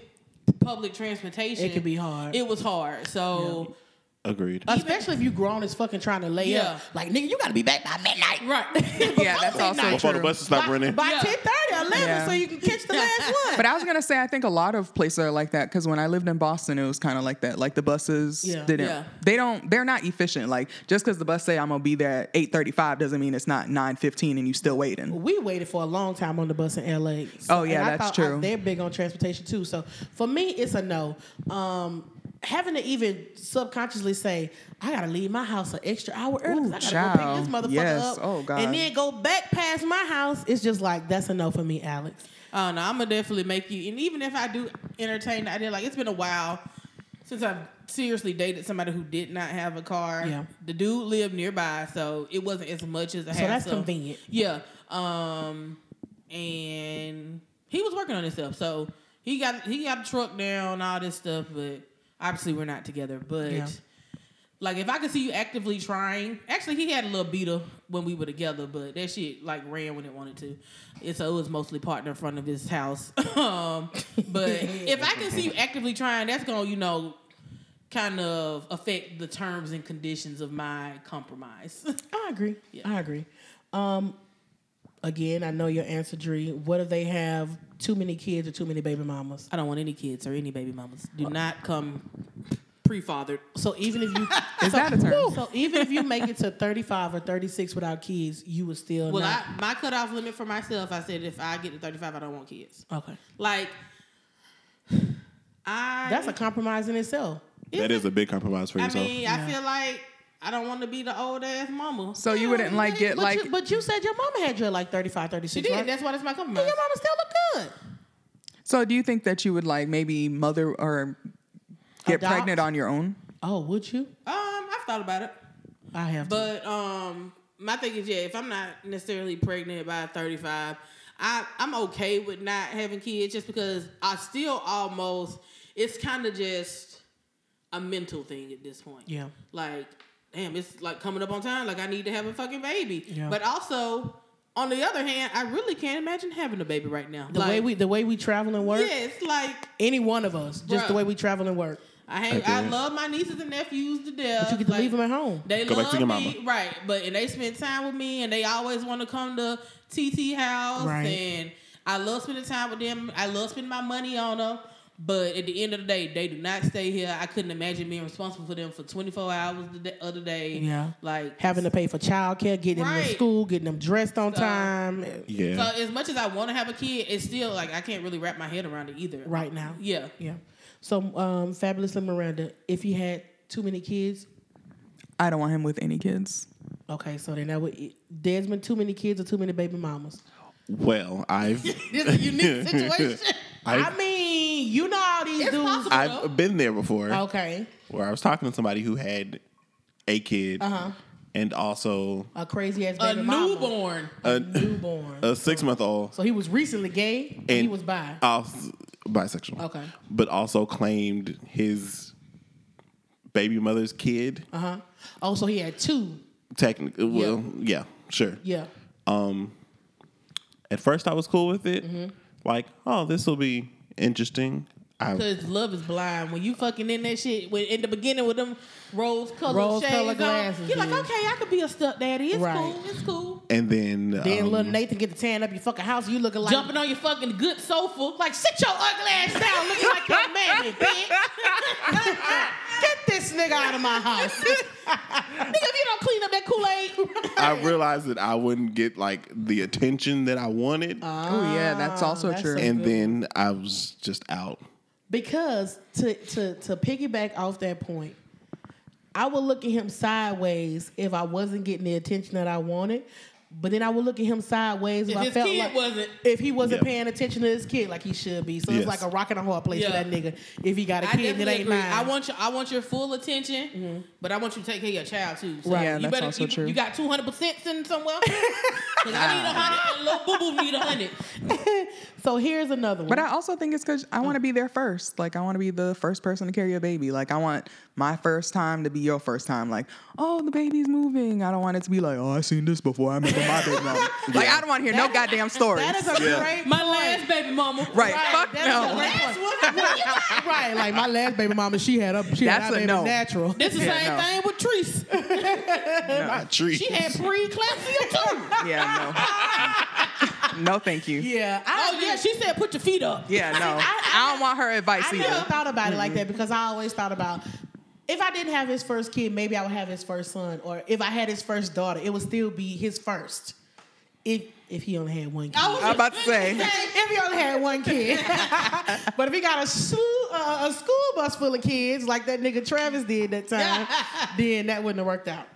public transportation,
It could be hard.
It was hard. So
Agreed.
Especially if you grown as fucking trying to lay
Yeah.
up. Like nigga, you got to be back by midnight. [laughs]
right.
yeah, that's also
Before the
true.
buses stop running.
By
Yeah.
10:30, 11,
Yeah.
so you can catch the last one.
But I was gonna say I think a lot of places are like that because when I lived in Boston, it was kind of like that. Like the buses
Yeah.
didn't,
Yeah.
they don't, they're not efficient. Like just because the bus say I'm gonna be there at eight thirty five doesn't mean it's not nine fifteen and you still waiting.
we waited for a long time on the bus in LA. So-
Oh, yeah,
and I
that's
thought, I-
true.
they're big on transportation too. So for me, it's a no. Um, having to even subconsciously say I gotta leave my house an extra hour early
Ooh,
'cause I gotta go pick
child.
this motherfucker
Yes.
up,
Oh, God.
and then go back past my house. It's just like that's a no for me, Alex.
Oh no, I'm gonna definitely make you. And even if I do entertain the idea, like it's been a while since I've seriously dated somebody who did not have a car.
Yeah.
the dude lived nearby, so it wasn't as much as
So
a
that's
hassle.
convenient.
Yeah. Um, and he was working on himself, so he got he got a truck now and all this stuff. But obviously, we're not together. But
Yeah.
like, if I could see you actively trying, actually, he had a little beater when we were together, but that shit like ran when it wanted to. And so it was mostly parked in front of his house. [laughs] um, but if I can see you actively trying, that's gonna you know. Kind of affect the terms and conditions of my compromise. [laughs]
I agree. I agree. Um, again, I know your answer, Dree. What if they have too many kids or too many baby mamas? Uh,
I don't want any kids or any baby mamas. Do not come pre-fathered.
So even
[laughs]
if you
Is that a term?
So even if you make it to 35 or 36 without kids, you would still
Well,
not.
I, my cutoff limit for myself, I said if I get to 35, I don't want kids.
okay.
Like, I.
That's a compromise in itself.
That is a big compromise for
I
yourself.
mean, I feel like I don't want to be the old ass mama.
So you wouldn't like get
but
like
you, but you said your mama had you at like 35, 36,
She did.
right?
That's why that's my compromise.
your mama still look good.
So do you think that you would like maybe mother or get
Adopt?
pregnant on your own?
Oh, would you?
Um, I've thought about it,
I have to.
but um, my thing is, yeah, if I'm not necessarily pregnant by 35, I I'm okay with not having kids just because I still almost. It's kind of just a mental thing at this point.
Yeah.
like damn it's like coming up on time like i need to have a fucking baby
Yeah.
but also on the other hand i really can't imagine having a baby right now
The
Like,
way we the way we travel and work,
yeah it's like
any one of us, just the
Bruh.
way we travel and work.
i hate i
do.
love my nieces and nephews to death
But you get to
like,
leave them at home.
they
Go
love
back to your
me, right? But and they spend time with me, and they always want to come to TT house,
Right.
and I love spending time with them. I love spending my money on them. But at the end of the day, they do not stay here. I couldn't imagine being responsible for them for 24 hours the day, other day.
Yeah.
like
Having to pay for childcare, getting them to
Right.
school, getting them dressed on time. eh,
yeah.
So as much as I want to have a kid, it's still like I can't really wrap my head around it either.
Right now. [laughs]
Yeah.
Yeah. So um Fabulous and Miranda, if you had too many kids,
I don't want him with any kids.
okay, so then that would Desmond, too many kids or too many baby mamas.
well, I've
[laughs] This is a
[laughs]
unique situation.
I,
I've,
mean, you know all these
It's
dudes.
possible. though.
I've been there before.
Oh.
Okay,
where I was talking to somebody who had a kid and also
a crazy ass
Uh-huh. a
baby mama.
newborn.
a newborn.
a six month old.
so he was recently gay. And he
and
was bi.
als- bisexual.
Okay.
But also claimed his baby mother's kid.
Uh-huh.
Uh huh. Oh, so he had two.
Technically, well, yeah, sure.
Yeah.
Mm-hmm.
At first, I was cool with it. Like, oh, this will be interesting. I
Cause love is blind. When you fucking in that shit, when, in the beginning with them rose colored
Rose
shades
colored
on,
glasses,
you're like,
yeah.
okay, I could be a step daddy. It's
Right.
cool. It's cool.
and then
Then
um,
little Nathan get to tan up your fucking house. You looking like
Jumping on your fucking good sofa, like sit your ugly ass down, looking like your man, bitch.
[laughs] get this nigga out of my house.
[laughs] Nigga, if you don't clean up that Kool Aid,
I realized that I wouldn't get like the attention that I wanted,
Ah,
oh yeah, that's also
Ah, that's
true.
a-
and then I was just out.
Because to to to piggyback off that point, I would look at him sideways if I wasn't getting the attention that I wanted. But then I would look at him sideways if,
If
I
his
felt
kid
like
wasn't-
if he wasn't
Yeah.
paying attention to his kid like he should be. So
Yes.
it's like a rock and a hard place for
Yeah.
that nigga if he got a
I
kid and it
definitely
ain't
agree.
mine.
I want your I want your full attention,
Mm-hmm.
but I want you to take care of your child too. So
Right. Yeah,
you
that's
better,
also
you,
true.
You got two hundred percent
[laughs]
sitting somewhere. 'Cause I need a hundred, and little boo boo need a hundred.
so here's another one.
But I also think it's because I want to be there first. Like I want to be the first person to carry a baby. Like I want my first time to be your first time. Like oh, the baby's moving. I don't want it to be like oh, I seen this before. I remember my baby.
[laughs]
mama." Like I don't want to hear no goddamn stories.
that is a
Yeah.
great
My last baby mama.
right. Fuck
that is a
no.
great point. [laughs] right, like my last baby mama, she had up, she
That's
had
a
our baby
no.
natural.
It's the
Yeah,
same
no.
thing with Treese.
I treat.
She had preeclampsia too.
[laughs] Yeah, no. no, thank you. Yeah,
Yeah, I,
Oh yeah, she said put your feet up.
no. I, don't want her advice
I
either.
never thought about it like that because I always thought about if I didn't have his first kid, maybe I would have his first son, or if I had his first daughter, it would still be his first. If if he only had one kid,
I was
I'm about to
[laughs]
say.
if he only had one kid, [laughs] but if he got a shoe, uh, a school bus full of kids like that nigga Travis did that time, then that wouldn't have worked out.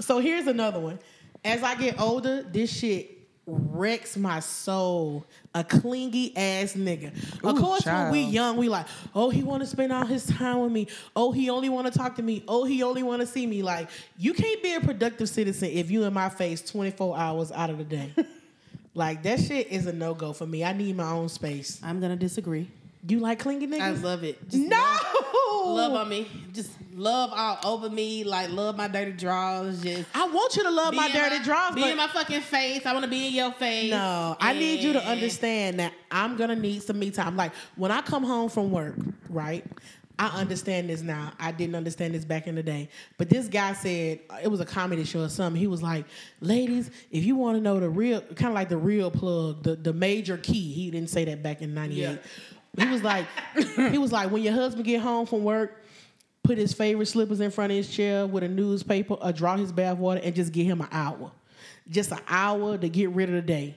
So here's another one. As I get older, this shit wrecks my soul. A clingy ass nigga. of
Ooh,
course, when we
child.
young, we like, oh, he want to spend all his time with me. Oh, he only want to talk to me. Oh, he only want to see me. Like, you can't be a productive citizen if you in my face 24 hours out of the day. [laughs] like, that shit is a no go for me. I need my own space.
I'm gonna disagree.
You like clingy
I
niggas?
love it. Just
no!
Love on me. Just love all over me. Like love my dirty drawers. Just
I want you to love
be
my
in
dirty drawers,
Be
but
in my fucking face. I want to be in your face.
No, I need you to
And-
understand that I'm gonna need some me time. Like when I come home from work, right? I understand this now. I didn't understand this back in the day. But this guy said it was a comedy show or something. He was like, "Ladies, if you want to know the real, kind of like the real plug, the the major key." He didn't say that back in '98. He was like, [laughs] he was like, when your husband get home from work, put his favorite slippers in front of his chair with a newspaper, or draw his bath water, and just give him an hour. Just an hour to get rid of the day.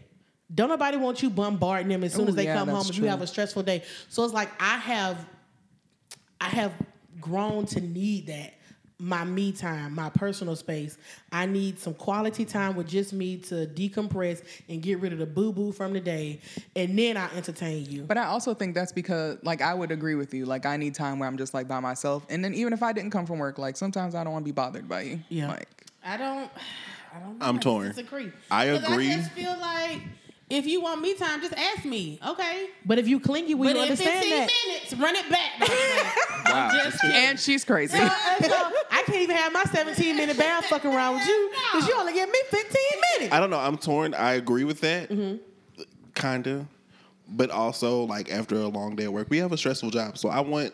Don't nobody want you bombarding them as soon
Ooh,
as they
yeah,
come home
that's
if you
true.
have a stressful day. So it's like I have I have grown to need that. My me time, my personal space. I need some quality time with just me to decompress and get rid of the boo boo from the day, and then I entertain you.
But I also think that's because, like, I would agree with you. Like, I need time where I'm just like by myself. And then even if I didn't come from work, like sometimes I don't want to be bothered by you.
Yeah.
Like,
I don't. I don't. know.
I'm
[laughs] I just
torn.
Disagree.
I
'Cause
agree.
I just feel like if you want me time, just ask me. Okay.
But if you clingy, we
but in
understand
15
that.
minutes, run
[laughs]
it back.
Wow.
and she's crazy.
I can't even have my 17 minute bath fucking around with you because you only give me 15 minutes.
I don't know. I'm torn. I agree with that,
Mm-hmm.
kinda, but also like after a long day at work, we have a stressful job, so I want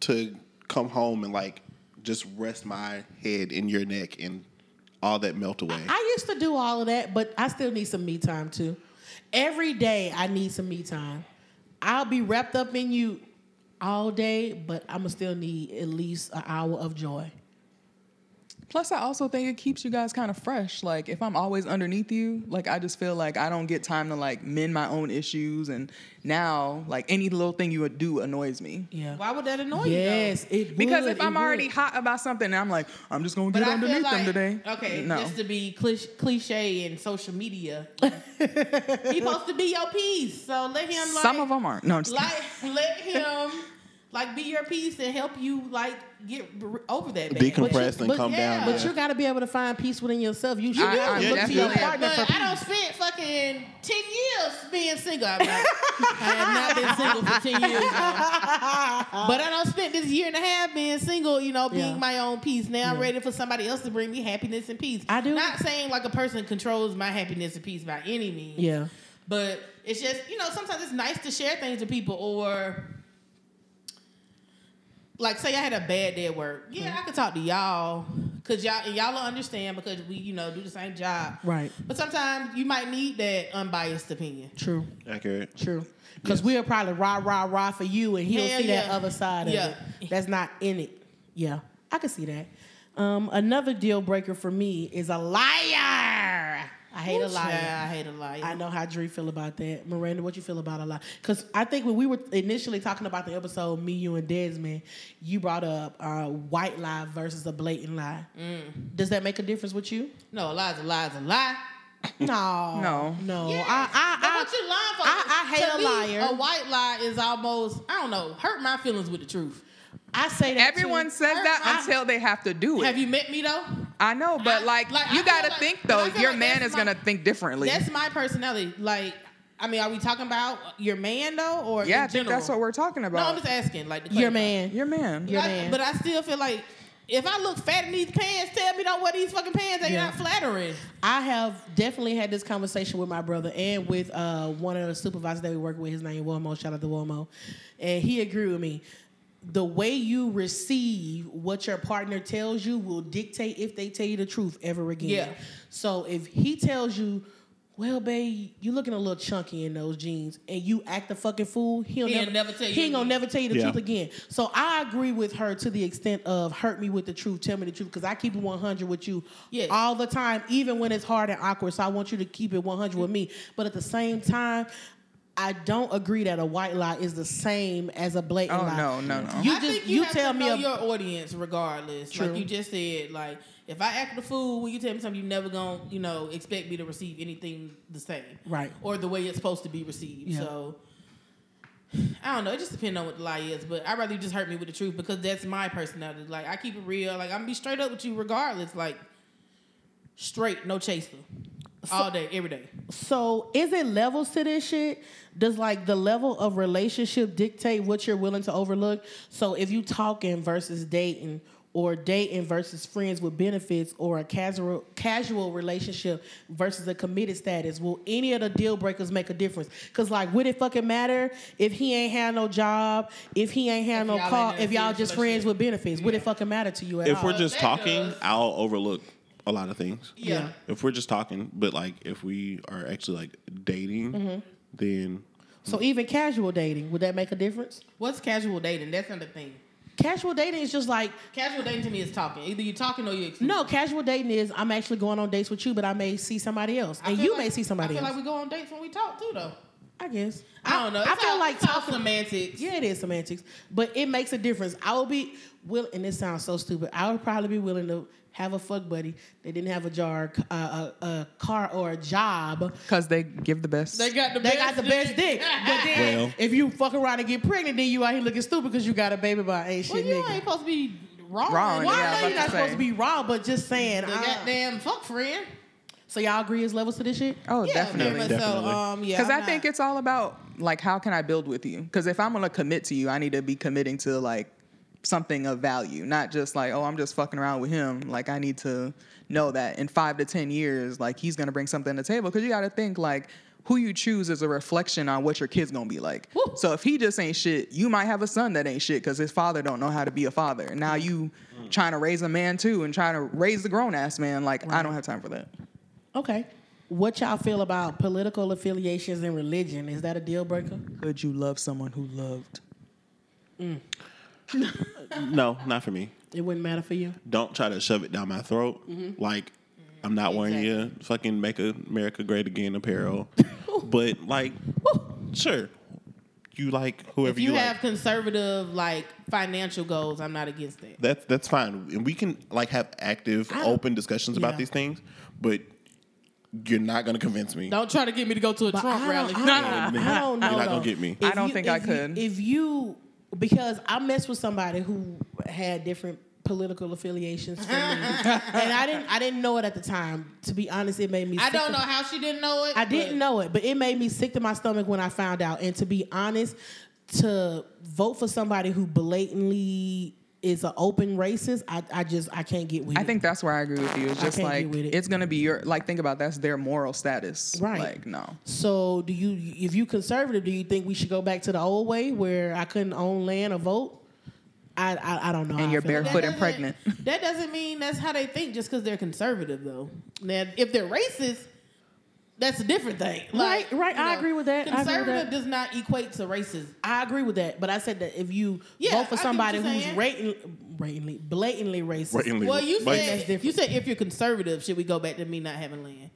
to come home and like just rest my head in your neck and all that melt away.
I used to do all of that, but I still need some me time too. Every day I need some me time. I'll be wrapped up in you all day, but I'm gonna still need at least an hour of joy.
Plus, I also think it keeps you guys kind of fresh. Like, if I'm always underneath you, like, I just feel like I don't get time to like mend my own issues. And now, like, any little thing you would do annoys me.
Yeah.
Why would that annoy you? though?
Yes, it
Because
would,
if
it
I'm already
would.
hot about something, and I'm like, I'm just gonna
But
get
I feel
underneath
like,
them today.
okay,
no,
just to be clich- cliche and
[laughs]
social media, he supposed to be your piece. So let him like
some of them aren't. No, I'm just kidding.
like let him like be your piece and help you like get r- over that. bad.
Decompress
But you-
and
but
come
yeah.
down.
But you gotta be able to find peace within yourself. You should
I-
be able
I
to look to your
definitely-
partner
But
for
I don't spend fucking ten years being
[laughs]
single. I'm like, I have not been single for ten years.
[laughs]
Now. But I don't spend this year and a half being single. You know, being
Yeah.
my own peace. Now I'm ready for somebody else to bring me happiness and peace.
I do.
Not saying like a person controls my happiness and peace by any means.
Yeah.
But it's just you know sometimes it's nice to share things with people or like say I had a bad day at work.
Mm-hmm.
Yeah, I could talk to y'all because y'all and y'all will understand because we you know do the same job.
Right.
But sometimes you might need that unbiased opinion.
True.
Accurate.
True. Because we'll probably rah rah rah for you, and he'll
Hell
see that
yeah.
other side of
Yeah.
it. That's not in it. Yeah, I can see that. Um, another deal breaker for me is a liar. I hate a liar.
Yeah, I hate a liar.
I know how Dree feel about that. Miranda, what you feel about a lot? Because I think when we were initially talking about the episode, me, you, and Desmond, you brought up uh, white lie versus a blatant lie. Does that make a difference with you?
no, a lie's a lie's a lie.
No,
No.
no.
Yes.
Oh, I,
But
I,
what you lying for?
I- I hate
To
a
me,
liar.
A white lie is almost I don't know hurt my feelings with the truth.
I, I say that too.
Everyone says that
I-
until they have to do it.
Have you met me though?
I know, but
I-
like,
like, I
you
feel
gotta
like-
think
but I
though,
feel
your
like
man
that's
is gonna
my-
think differently.
That's my personality. Like, I mean, are we talking about your man though, or
yeah, I
in
think
general?
that's what we're talking
No, I'm
about.
just asking. Like, to
Your
clarify.
man.
your man.
Your
I-
man.
But I still feel like if I look fat in these pants, tell me don't wear these fucking pants. They're
Yeah.
not flattering.
I have definitely had this conversation with my brother and with uh, one of the supervisors that we work with. His name Wilmo. Shout out to Wilmo, and he agreed with me. The way you receive what your partner tells you will dictate if they tell you the truth ever again.
Yeah.
So if he tells you, "Well, babe, you looking a little chunky in those jeans," and you act a fucking fool, he'll,
He'll
never,
never tell you
He ain't gonna
again.
never tell you the
Yeah.
truth again. So I agree with her to the extent of hurt me with the truth, tell me the truth, because I keep it one hundred with you
Yes.
all the time, even when it's hard and awkward. So I want you to keep it 100 with me. But at the same time, I don't agree that a white lie is the same as a blatant
Oh
lie.
no, no, no.
You
I
just
think
you,
you, have
tell
to
me
know
a,
your audience regardless.
True.
Like you just said, like if I act the fool when you tell me something, you never gonna you know expect me to receive anything the same,
Right.
Or the way it's supposed to be received.
Yeah.
So I don't know. It just depends on what the lie is, but I'd rather you just hurt me with the truth because that's my personality. Like I keep it real. Like I'm gonna be straight up with you regardless. Like straight, no chaser, all day, every day.
so is it levels to this shit? Does like the level of relationship dictate what you're willing to overlook? So if you talking versus dating or dating versus friends with benefits or a casual casual relationship versus a committed status, will any of the deal breakers make a difference? Cause like would it fucking matter if he ain't had no job, if he ain't had
If
no
y'all
car,
ain't in a
if y'all
serious
just friends
relationship.
with benefits? Would it fucking matter to you at
If
all?
we're just
that
talking,
does.
I'll overlook a lot of things.
Yeah.
If we're just talking, but like if we are actually like dating,
Mm-hmm.
then
so even casual dating, would that make a difference?
What's casual dating? That's another thing.
Casual dating is just like
Casual dating to me is talking. Either you're talking or you're exclusive.
No, casual dating is I'm actually going on dates with you, but I may see somebody else,
I
and
feel
you
like-
may see somebody
I feel
else.
like we go on dates when we talk too, though.
I guess.
I don't know.
I
It's
feel
all-
like
it's all
talking.
semantics.
Yeah, it is semantics, but it makes a difference. I will be will, and this sounds so stupid. I would probably be willing to have a fuck buddy that didn't have a jar, uh, a, a car, or a job.
Because they give the best.
They got the
They
best
got the best dick, but then
Well.
if you fuck around and get pregnant, then you out here looking stupid because you got a baby by an ain't
well,
shit
you
nigga.
ain't supposed to be wrong.
Wrong,
Well,
Yeah, I
I
was
know you're
about
not
to
supposed
say.
to be wrong, but just saying.
The
I-
goddamn fuck friend.
so y'all agree is levels to this shit?
oh,
Yeah,
definitely.
very much
Definitely.
So, um, yeah,
Because
I'm
I think
not-
it's all about like how can I build with you? Because if I'm gonna commit to you, I need to be committing to like something of value, not just like oh I'm just fucking around with him. Like I need to know that in five to ten years, like he's gonna bring something to the table. Because you got to think like who you choose is a reflection on what your kid's gonna be like.
Woo.
So if he just ain't shit, you might have a son that ain't shit because his father don't know how to be a father. And
Mm.
now you trying to raise a man too and trying to raise the grown ass man. Like I don't have time for that.
Okay. What y'all feel about political affiliations and religion? Is that a deal breaker?
Could you love someone who loved?
no, not for me.
It wouldn't matter for you.
Don't try to shove it down my throat.
Mm-hmm.
Like I'm not wearing your fucking make America great again
[laughs]
apparel, but like sure, you like whoever
If you,
like.
have conservative like financial goals, I'm not against that.
That's that's fine, and we can like have active,
I-
open discussions
yeah.
about these things. But you're not gonna convince me.
Don't try to get me to go to a
But
Trump
I
rally.
don't, I, don't-
Nah.
I don't know.
You're not gonna
though.
get me.
I
If
don't think I
if
could.
You, if you, because I messed with somebody who had different political affiliations
[laughs]
from me, and I didn't, I didn't know it at the time. To be honest, it made me.
I
sick
don't
to-
know how she didn't know it.
I didn't
but-
know it, but it made me sick to my stomach when I found out. And to be honest, to vote for somebody who blatantly is an open racist, I, I just I can't get with
I
it.
think that's where I agree with you. It's
I
just
can't
like
get with it.
it's gonna be your like think about that's their moral status.
Right.
Like no.
So, do you, if you conservative, do you think we should go back to the old way where I couldn't own land or vote? I I, I don't know. how
and
I
you're
feel about
barefoot
That
and
doesn't-
pregnant.
That doesn't mean that's how they think just because they're conservative, though. Now, if they're racist, that's a different thing.
Right, right.
you
I agree with that. I agree with
Conservative
that.
does not equate to racism.
I agree with that, but I said that if you vote
Yeah,
for
I get what
somebody
you're
who's
saying.
ratin- blatantly, blatantly racist,
Blatantly.
Well, you
Like-
That's
said
different.
you said if you're conservative, should we go back to me not having land?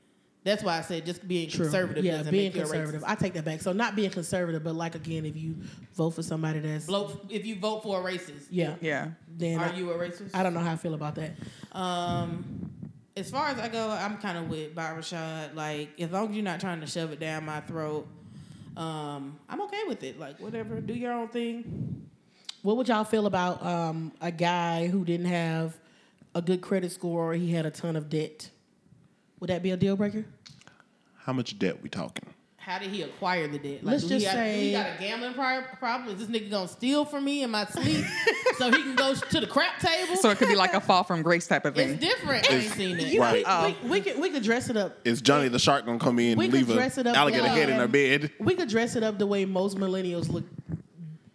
That's why I said just being
True.
conservative
yeah,
doesn't
being
make you a
conservative.
racist.
I take that back. So not being conservative, but like again, if you vote for somebody that's
Blow- If you vote for a racist,
yeah,
yeah.
then
are
I,
you a racist?
I don't know how I feel about that.
Um, as far as I go, I'm kind of with Bob Rashad. Like, as long as you're not trying to shove it down my throat, um, I'm okay with it. Like, whatever, do your own thing.
What would y'all feel about um, a guy who didn't have a good credit score or he had a ton of debt? Would that be a deal breaker?
How much debt we talking?
How did he acquire the debt? Like,
Let's
do
just
he got, do
say-
he got a gambling pri- problem. Is this nigga gonna steal from me in my sleep so he can go [laughs] to the crap table?
So it could be like a fall from grace type of thing.
it's different. I ain't seen it.
You know,
Right.
Oh.
we, we, we could we could dress it up.
Is Johnny the shark gonna come in
We
and
could
leave a
dress it up
alligator head in
and-
her bed?
We could dress it up the way most millennials look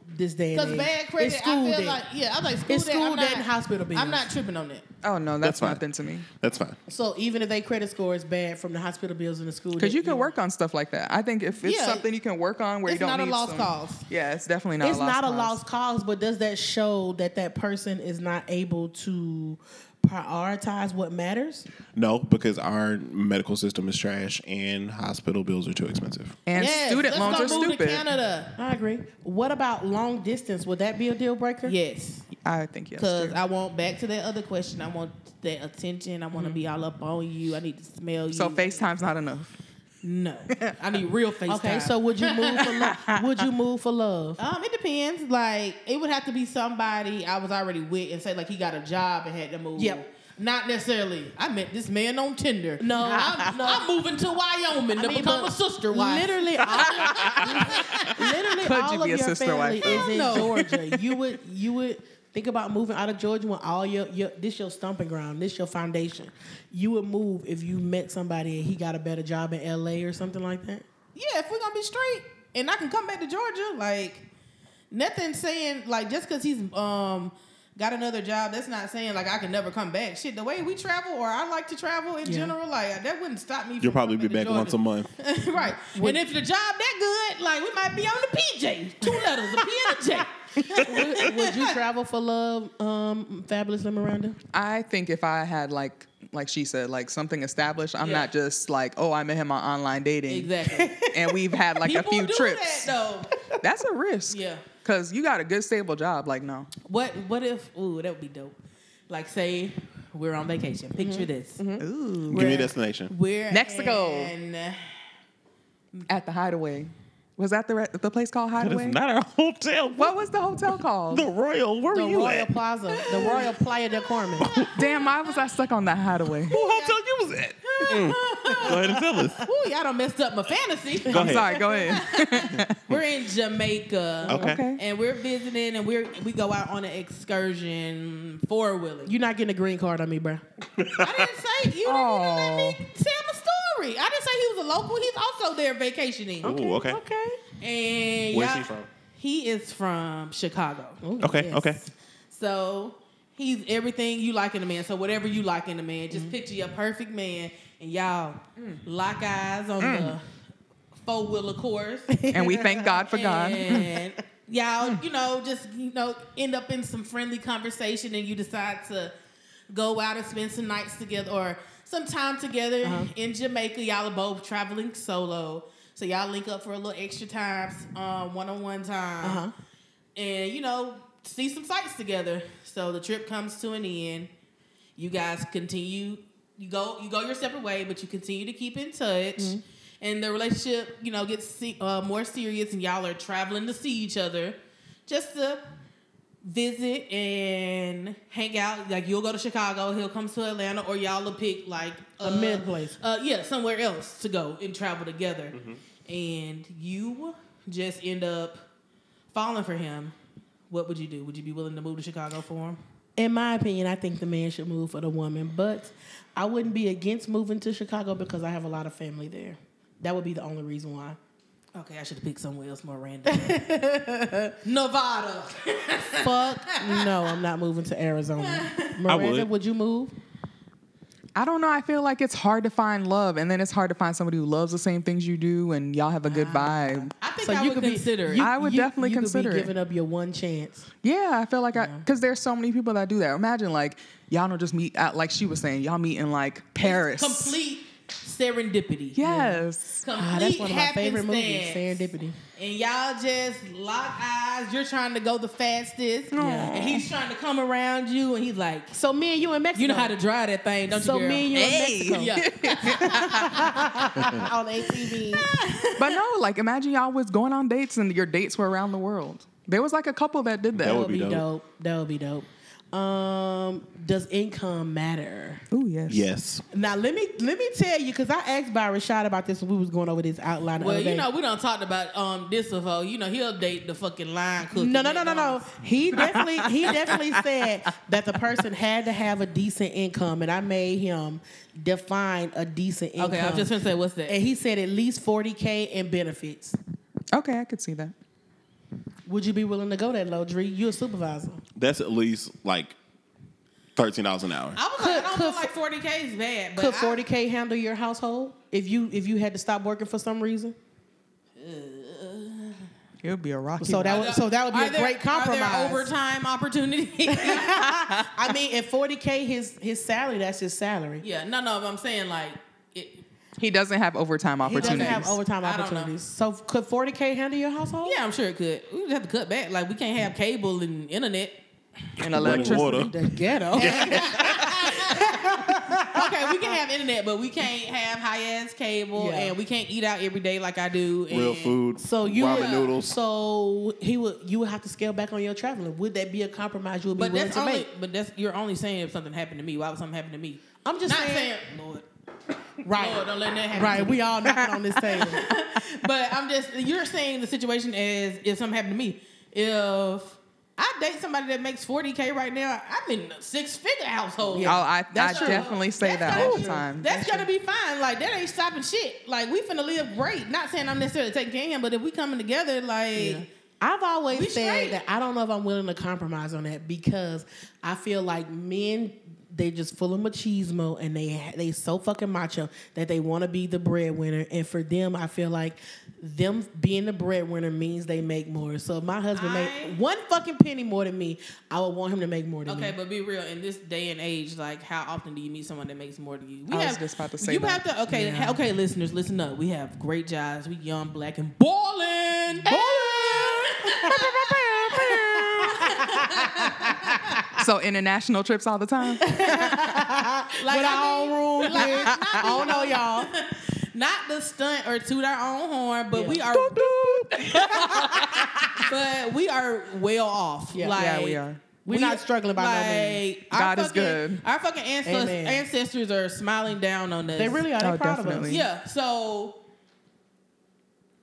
this day. and
Because
age.
bad
It's
credit, I
school
feel
debt.
like yeah, I'm like school
It's
debt.
school
I'm
debt
not,
and hospital bills.
I'm not tripping on it.
oh no, that's,
That's fine.
nothing to me.
That's fine.
So even if they credit score is bad from the hospital bills and the school,
Because
debt,
you can work on stuff like that. I think if it's
Yeah.
something you can work on where
It's
you don't
not a
need
lost
some-
cause.
Yeah, it's definitely not.
it's
a lost
not a
cause.
lost cause, but does that show that that person is not able to prioritize what matters?
No, because our medical system is trash and hospital bills are too expensive.
And
Yes,
student
let's
loans
go
are
move
stupid.
To Canada.
I agree. What about long distance? Would that be a deal breaker?
Yes.
I think yes.
Because
too.
I want back to that other question. I want that attention. I want to be all up on you. I need to smell you.
Mm-hmm. so FaceTime's not enough.
No, I need real face.
[laughs] Okay, so would you move for love? Would you move for love?
[laughs] um, it depends. Like it would have to be somebody I was already with, and say like he got a job and had to move.
Yep.
Not necessarily. I met this man on Tinder.
No,
I'm,
no.
I'm moving to Wyoming
I
to
mean,
become
but
a sister wife.
Literally, all,
[laughs]
literally
Could you
all of
be a
your
sister
family
wife?
is in
Hell no.
Georgia. You would you would think about moving out of Georgia when all your, your this your stomping ground, this your foundation. You would move if you met somebody and he got a better job in L.A. or something like that.
yeah, if we're gonna be straight, and I can come back to Georgia, like nothing saying like just because he's um got another job, that's not saying like I can never come back. Shit, the way we travel, or I like to travel in
Yeah.
general, like that wouldn't stop me.
You'll
from
probably be
coming
back
to
once a
Georgia.
month.
[laughs] right? and if the job that good, like we might be on the PJ, two letters, a P and a J.
[laughs] would, would you travel for love, um, fabulous and Miranda?
I think if I had like like she said, like something established, I'm
Yeah.
not just like, oh, I met him on online dating.
Exactly.
And we've had like a
People
few
do
trips.
that though.
That's a risk.
Yeah.
Cause you got a good stable job. Like no.
What what if? Ooh, that would be dope. Like say we're on vacation. Picture this.
Ooh.
Give me
Where-
a destination.
We're
Mexico.
in-
At the Hideaway. Was that the re- the place called
That
Hideaway?
is not our hotel.
what was
[laughs]
the hotel called?
The Royal. Where
The
were you
Royal
at?
Plaza, the Royal Playa del Carmen.
Damn, why was I stuck on that Hideaway?
Who hotel you was at? [laughs] Mm. Go ahead and tell us.
Ooh, y'all done messed up my fantasy.
Go
I'm
ahead.
sorry. Go ahead.
we're in Jamaica.
[laughs] Okay.
Okay.
And we're visiting and we're we go out on an excursion four wheeling.
You're not getting a green card on me, bruh.
I didn't say you didn't
Aw.
even let
Oh.
me tell my story. I didn't say he was a local. He's also there vacationing.
Ooh, okay.
Okay.
And
Where's
y'all-
he from?
He is from Chicago.
Ooh,
Okay,
yes.
okay.
So he's everything you like in a man. So whatever you like in a man,
Mm-hmm.
just picture your perfect man and y'all
Mm.
lock eyes
Mm.
on the four wheeler
[laughs]
course.
And we thank God for [laughs] God.
and y'all, you know, just you know, end up in some friendly conversation, and you decide to go out and spend some nights together or some time together in Jamaica. Y'all are both traveling solo, so y'all link up for a little extra time, one on one time,
Uh-huh.
and you know, see some sights together. So the trip comes to an end. You guys continue. You go. You go your separate way, but you continue to keep in touch.
Mm-hmm.
And the relationship, you know, gets se- uh, more serious, and y'all are traveling to see each other, just to visit and hang out. Like you'll go to Chicago, he'll come to Atlanta, or y'all will pick like
A mid place.
Uh, yeah, somewhere else to go and travel together. And you just end up falling for him. What would you do? Would you be willing to move to Chicago for him?
In my opinion, I think the man should move for the woman, but I wouldn't be against moving to Chicago because I have a lot of family there. That would be the only reason why.
Okay, I should have picked somewhere else more random. Nevada.
[laughs] Fuck no, I'm not moving to
[laughs]
Arizona.
I
Miranda,
would.
would. you move?
I don't know. I feel like it's hard to find love, and then it's hard to find somebody who loves the same things you do, and y'all have a
Ah.
good vibe.
I think
So
I
you
would
could be-
consider it.
You-
I would
you-
definitely
you could be
consider it.
giving up your one chance.
Yeah, I feel like I because there's so many people that do that. Imagine like y'all don't just meet at, like she was saying, y'all meet in like Paris.
Complete serendipity.
Yes.
Complete
Ah, that's one of my favorite movies,
happenstance.
Serendipity.
And y'all just lock eyes. You're trying to go the fastest. And he's trying to come around you and he's like,
So me and you in Mexico.
you know how to drive that thing, don't
So
you? girl?"
me and you in Mexico.
Yeah.
[laughs] on ATV.
But no, like imagine y'all was going on dates and your dates were around the world. There was like a couple that did
That
that.
would
that would be
be
dope.
dope.
That would be dope. Um, does income matter?
Oh yes.
Yes.
Now let me let me tell you because I asked by Rashad about this when we was going over this outline. the
Well,
other
you
day.
know, we done talked about um this of her. You know, he'll date the fucking line cook.
No, no, no, no, no. He definitely, he definitely said that the person had to have a decent income, and I made him define a decent income.
Okay, I'm just gonna say what's that?
and he said at least forty k in benefits.
Okay, I could see that.
Would you be willing to go that low, Dree? You're a supervisor.
That's at least like thirteen dollars an hour.
I
Could-
was like, I don't feel
could-
like 40 k is bad, but
Could
I-
forty k handle your household if you if you had to stop working for some reason?
It would be a rocky.
So that
ride.
would so that would be
Are
a
there-
great
Are there
compromise.
overtime opportunities?
[laughs] I mean, at forty k, his his salary that's his salary.
yeah, no, no. but I'm saying like, it,
he doesn't have overtime
He doesn't
opportunities.
have overtime
I don't know.
opportunities. So could forty k handle your household?
yeah, I'm sure it could. We would have to cut back. Like, we can't have cable and internet.
and
Running
electricity.
water.
the ghetto.
Okay, we can have internet, but we can't have high ass cable,
Yeah.
and we can't eat out every day like I do. And
Real food.
So you
ramen
would,
noodles.
So he would you would have to scale back on your traveling. Would that be a compromise you would be
But
willing
that's
to
only.
make?
But that's you're only saying if something happened to me. Why would something happen to me?
I'm just
Not
saying,
saying, Lord,
right,
Lord, don't let that happen.
right.
to me.
We all knocking on this
[laughs]
table.
but I'm just you're saying the situation as if something happened to me. If I date somebody that makes 40k right now, I'm in a six figure household.
Oh, I, I
true.
definitely say
That's
that
gonna
all the
be-
time.
That's, gonna be fine. Like that ain't stopping shit. Like we finna live great. Not saying I'm necessarily taking care of him, but if we coming together, like
I've always
We
said
straight.
that I don't know if I'm willing to compromise on that because I feel like men they just full of machismo and they they so fucking macho that they want to be the breadwinner and for them I feel like them being the breadwinner means they make more. So if my husband
I-
made one fucking penny more than me, I would want him to make more than me.
Okay, but be real. In this day and age, like, how often do you meet someone that makes more than you? We
I was just about to say
you
that.
have to. Okay, ha- okay, listeners, listen up. We have great jobs. We young, black, and balling.
so international trips all the time. Oh,
like,
with
I
our
mean,
own room.
like,
bitch. I don't know y'all.
[laughs] not the stunt or toot our own horn, but
Yeah.
we are. [laughs]
[laughs]
but we are well off.
Yeah.
like,
Yeah, we are.
We're
we-
not struggling by no means.
like, our
God is
fucking-
good.
Our fucking ancestors,
Amen.
ancestors are smiling down on us.
They really are. They're
Oh,
proud
definitely.
of us.
Yeah. So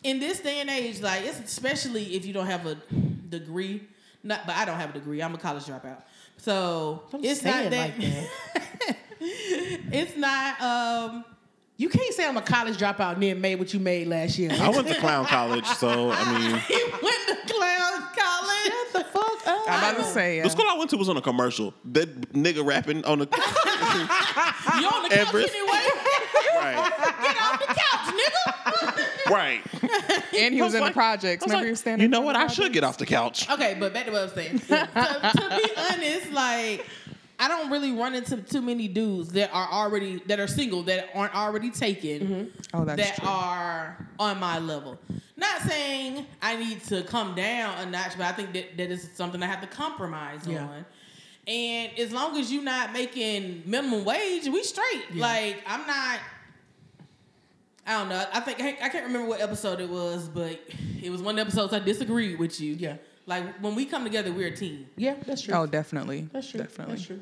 in this day and age, like it's especially if you don't have a degree. Not, but I don't have a degree. I'm a college dropout. So
Don't
it's
say
not
it like
that.
that.
[laughs] it's not. Um,
You can't say I'm a college dropout and then made what you made last year.
I went to clown college, so I mean,
he went to clown college. Shut the fuck up.
I'm about to say uh,
the
yeah.
school I went to was on a commercial. That nigga rapping on the [laughs]
You on the couch
Everest.
anyway?
right,
Get off the couch, nigga.
[laughs] right.
and he was in the projects.
I was
Remember
like,
he was standing.
You know what?
in
I
front of
should get off the couch.
Okay, but back to what I
[laughs]
was saying. to, to be honest, like I don't really run into too many dudes that are already that are single that aren't already taken
the- Oh, that's
that
true.
are on my level. Not saying I need to come down a notch, but I think that that is something I have to compromise
Yeah.
on. And as long as you're not making minimum wage, we straight. Like I'm not. I don't know. I think I, I can't remember what episode it was, but it was one of the episodes I disagreed with you.
Yeah.
Like when we come together, we're a team.
[laughs] Yeah, that's true.
Oh, definitely.
that's true.
Definitely.
That's true.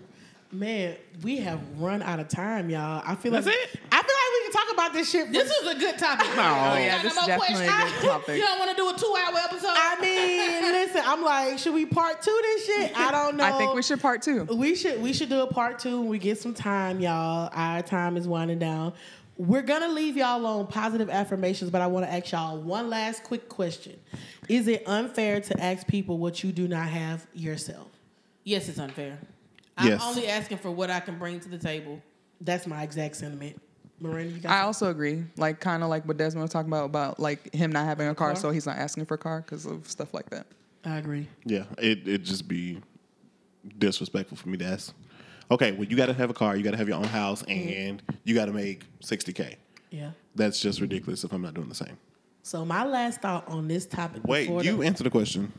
Man, we have run out of time, y'all. I feel like
That's it?
I feel like we can talk about about this shit.
This is a good topic.
Oh,
You
yeah,
got
this
no
is
more
definitely a [laughs]
questions?
good topic.
You don't want to do a two-hour episode?
I
[laughs]
mean, listen, I'm like, should we part two this shit? I don't know.
I think we should part two.
We should we should do a part two when we get some time, y'all. Our time is winding down. We're gonna leave y'all on positive affirmations, but I want to ask y'all one last quick question: Is it unfair to ask people what you do not have yourself?
yes, it's unfair. I'm
Yes.
only asking for what I can bring to the table.
That's my exact sentiment. Miranda, you got
I
some-
also agree, like kind of like what Desmond was talking about about like him not having a car, so he's not asking for a car because of stuff like that.
I agree.
Yeah, it it just be disrespectful for me to ask. Okay, well you got to have a car, you got to have your own house, and you got to make sixty k.
Yeah.
That's just ridiculous if I'm not doing the same.
So my last thought on this topic.
Wait,
before
you
the-
answer the question.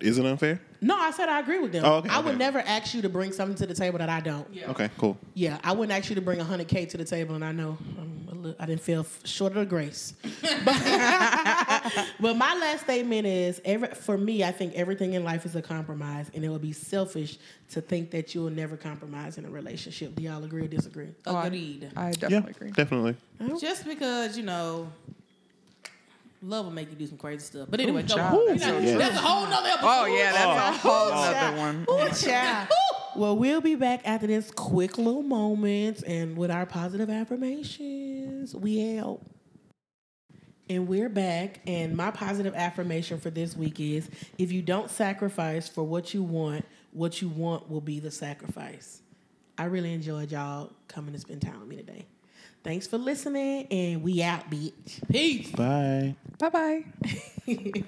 Is it unfair?
no, I said I agree with them.
Oh, okay,
I would
okay.
never ask you to bring something to the table that I don't. Yeah.
Okay, cool.
Yeah, I wouldn't ask you to bring 100K to the table, and I know I'm a little, I didn't feel f- short of the
[laughs]
grace. But, [laughs] but my last statement is every, for me, I think everything in life is a compromise, and it would be selfish to think that you will never compromise in a relationship. Do y'all agree or disagree?
Oh, I-
Agreed.
I
Yeah,
definitely agree.
definitely.
Just because, you know, love will make you do some crazy stuff. But anyway, go
child,
on.
that's
You're not-
so true.
that's a whole nother episode.
Oh yeah, that's a whole
Yeah.
other one.
Ooh, child. Well, we'll be back after this quick little moment and with our positive affirmations. We help. And we're back. And my positive affirmation for this week is if you don't sacrifice for what you want, what you want will be the sacrifice. I really enjoyed y'all coming to spend time with me today. Thanks for listening, and we out, bitch.
Peace.
Bye.
Bye bye.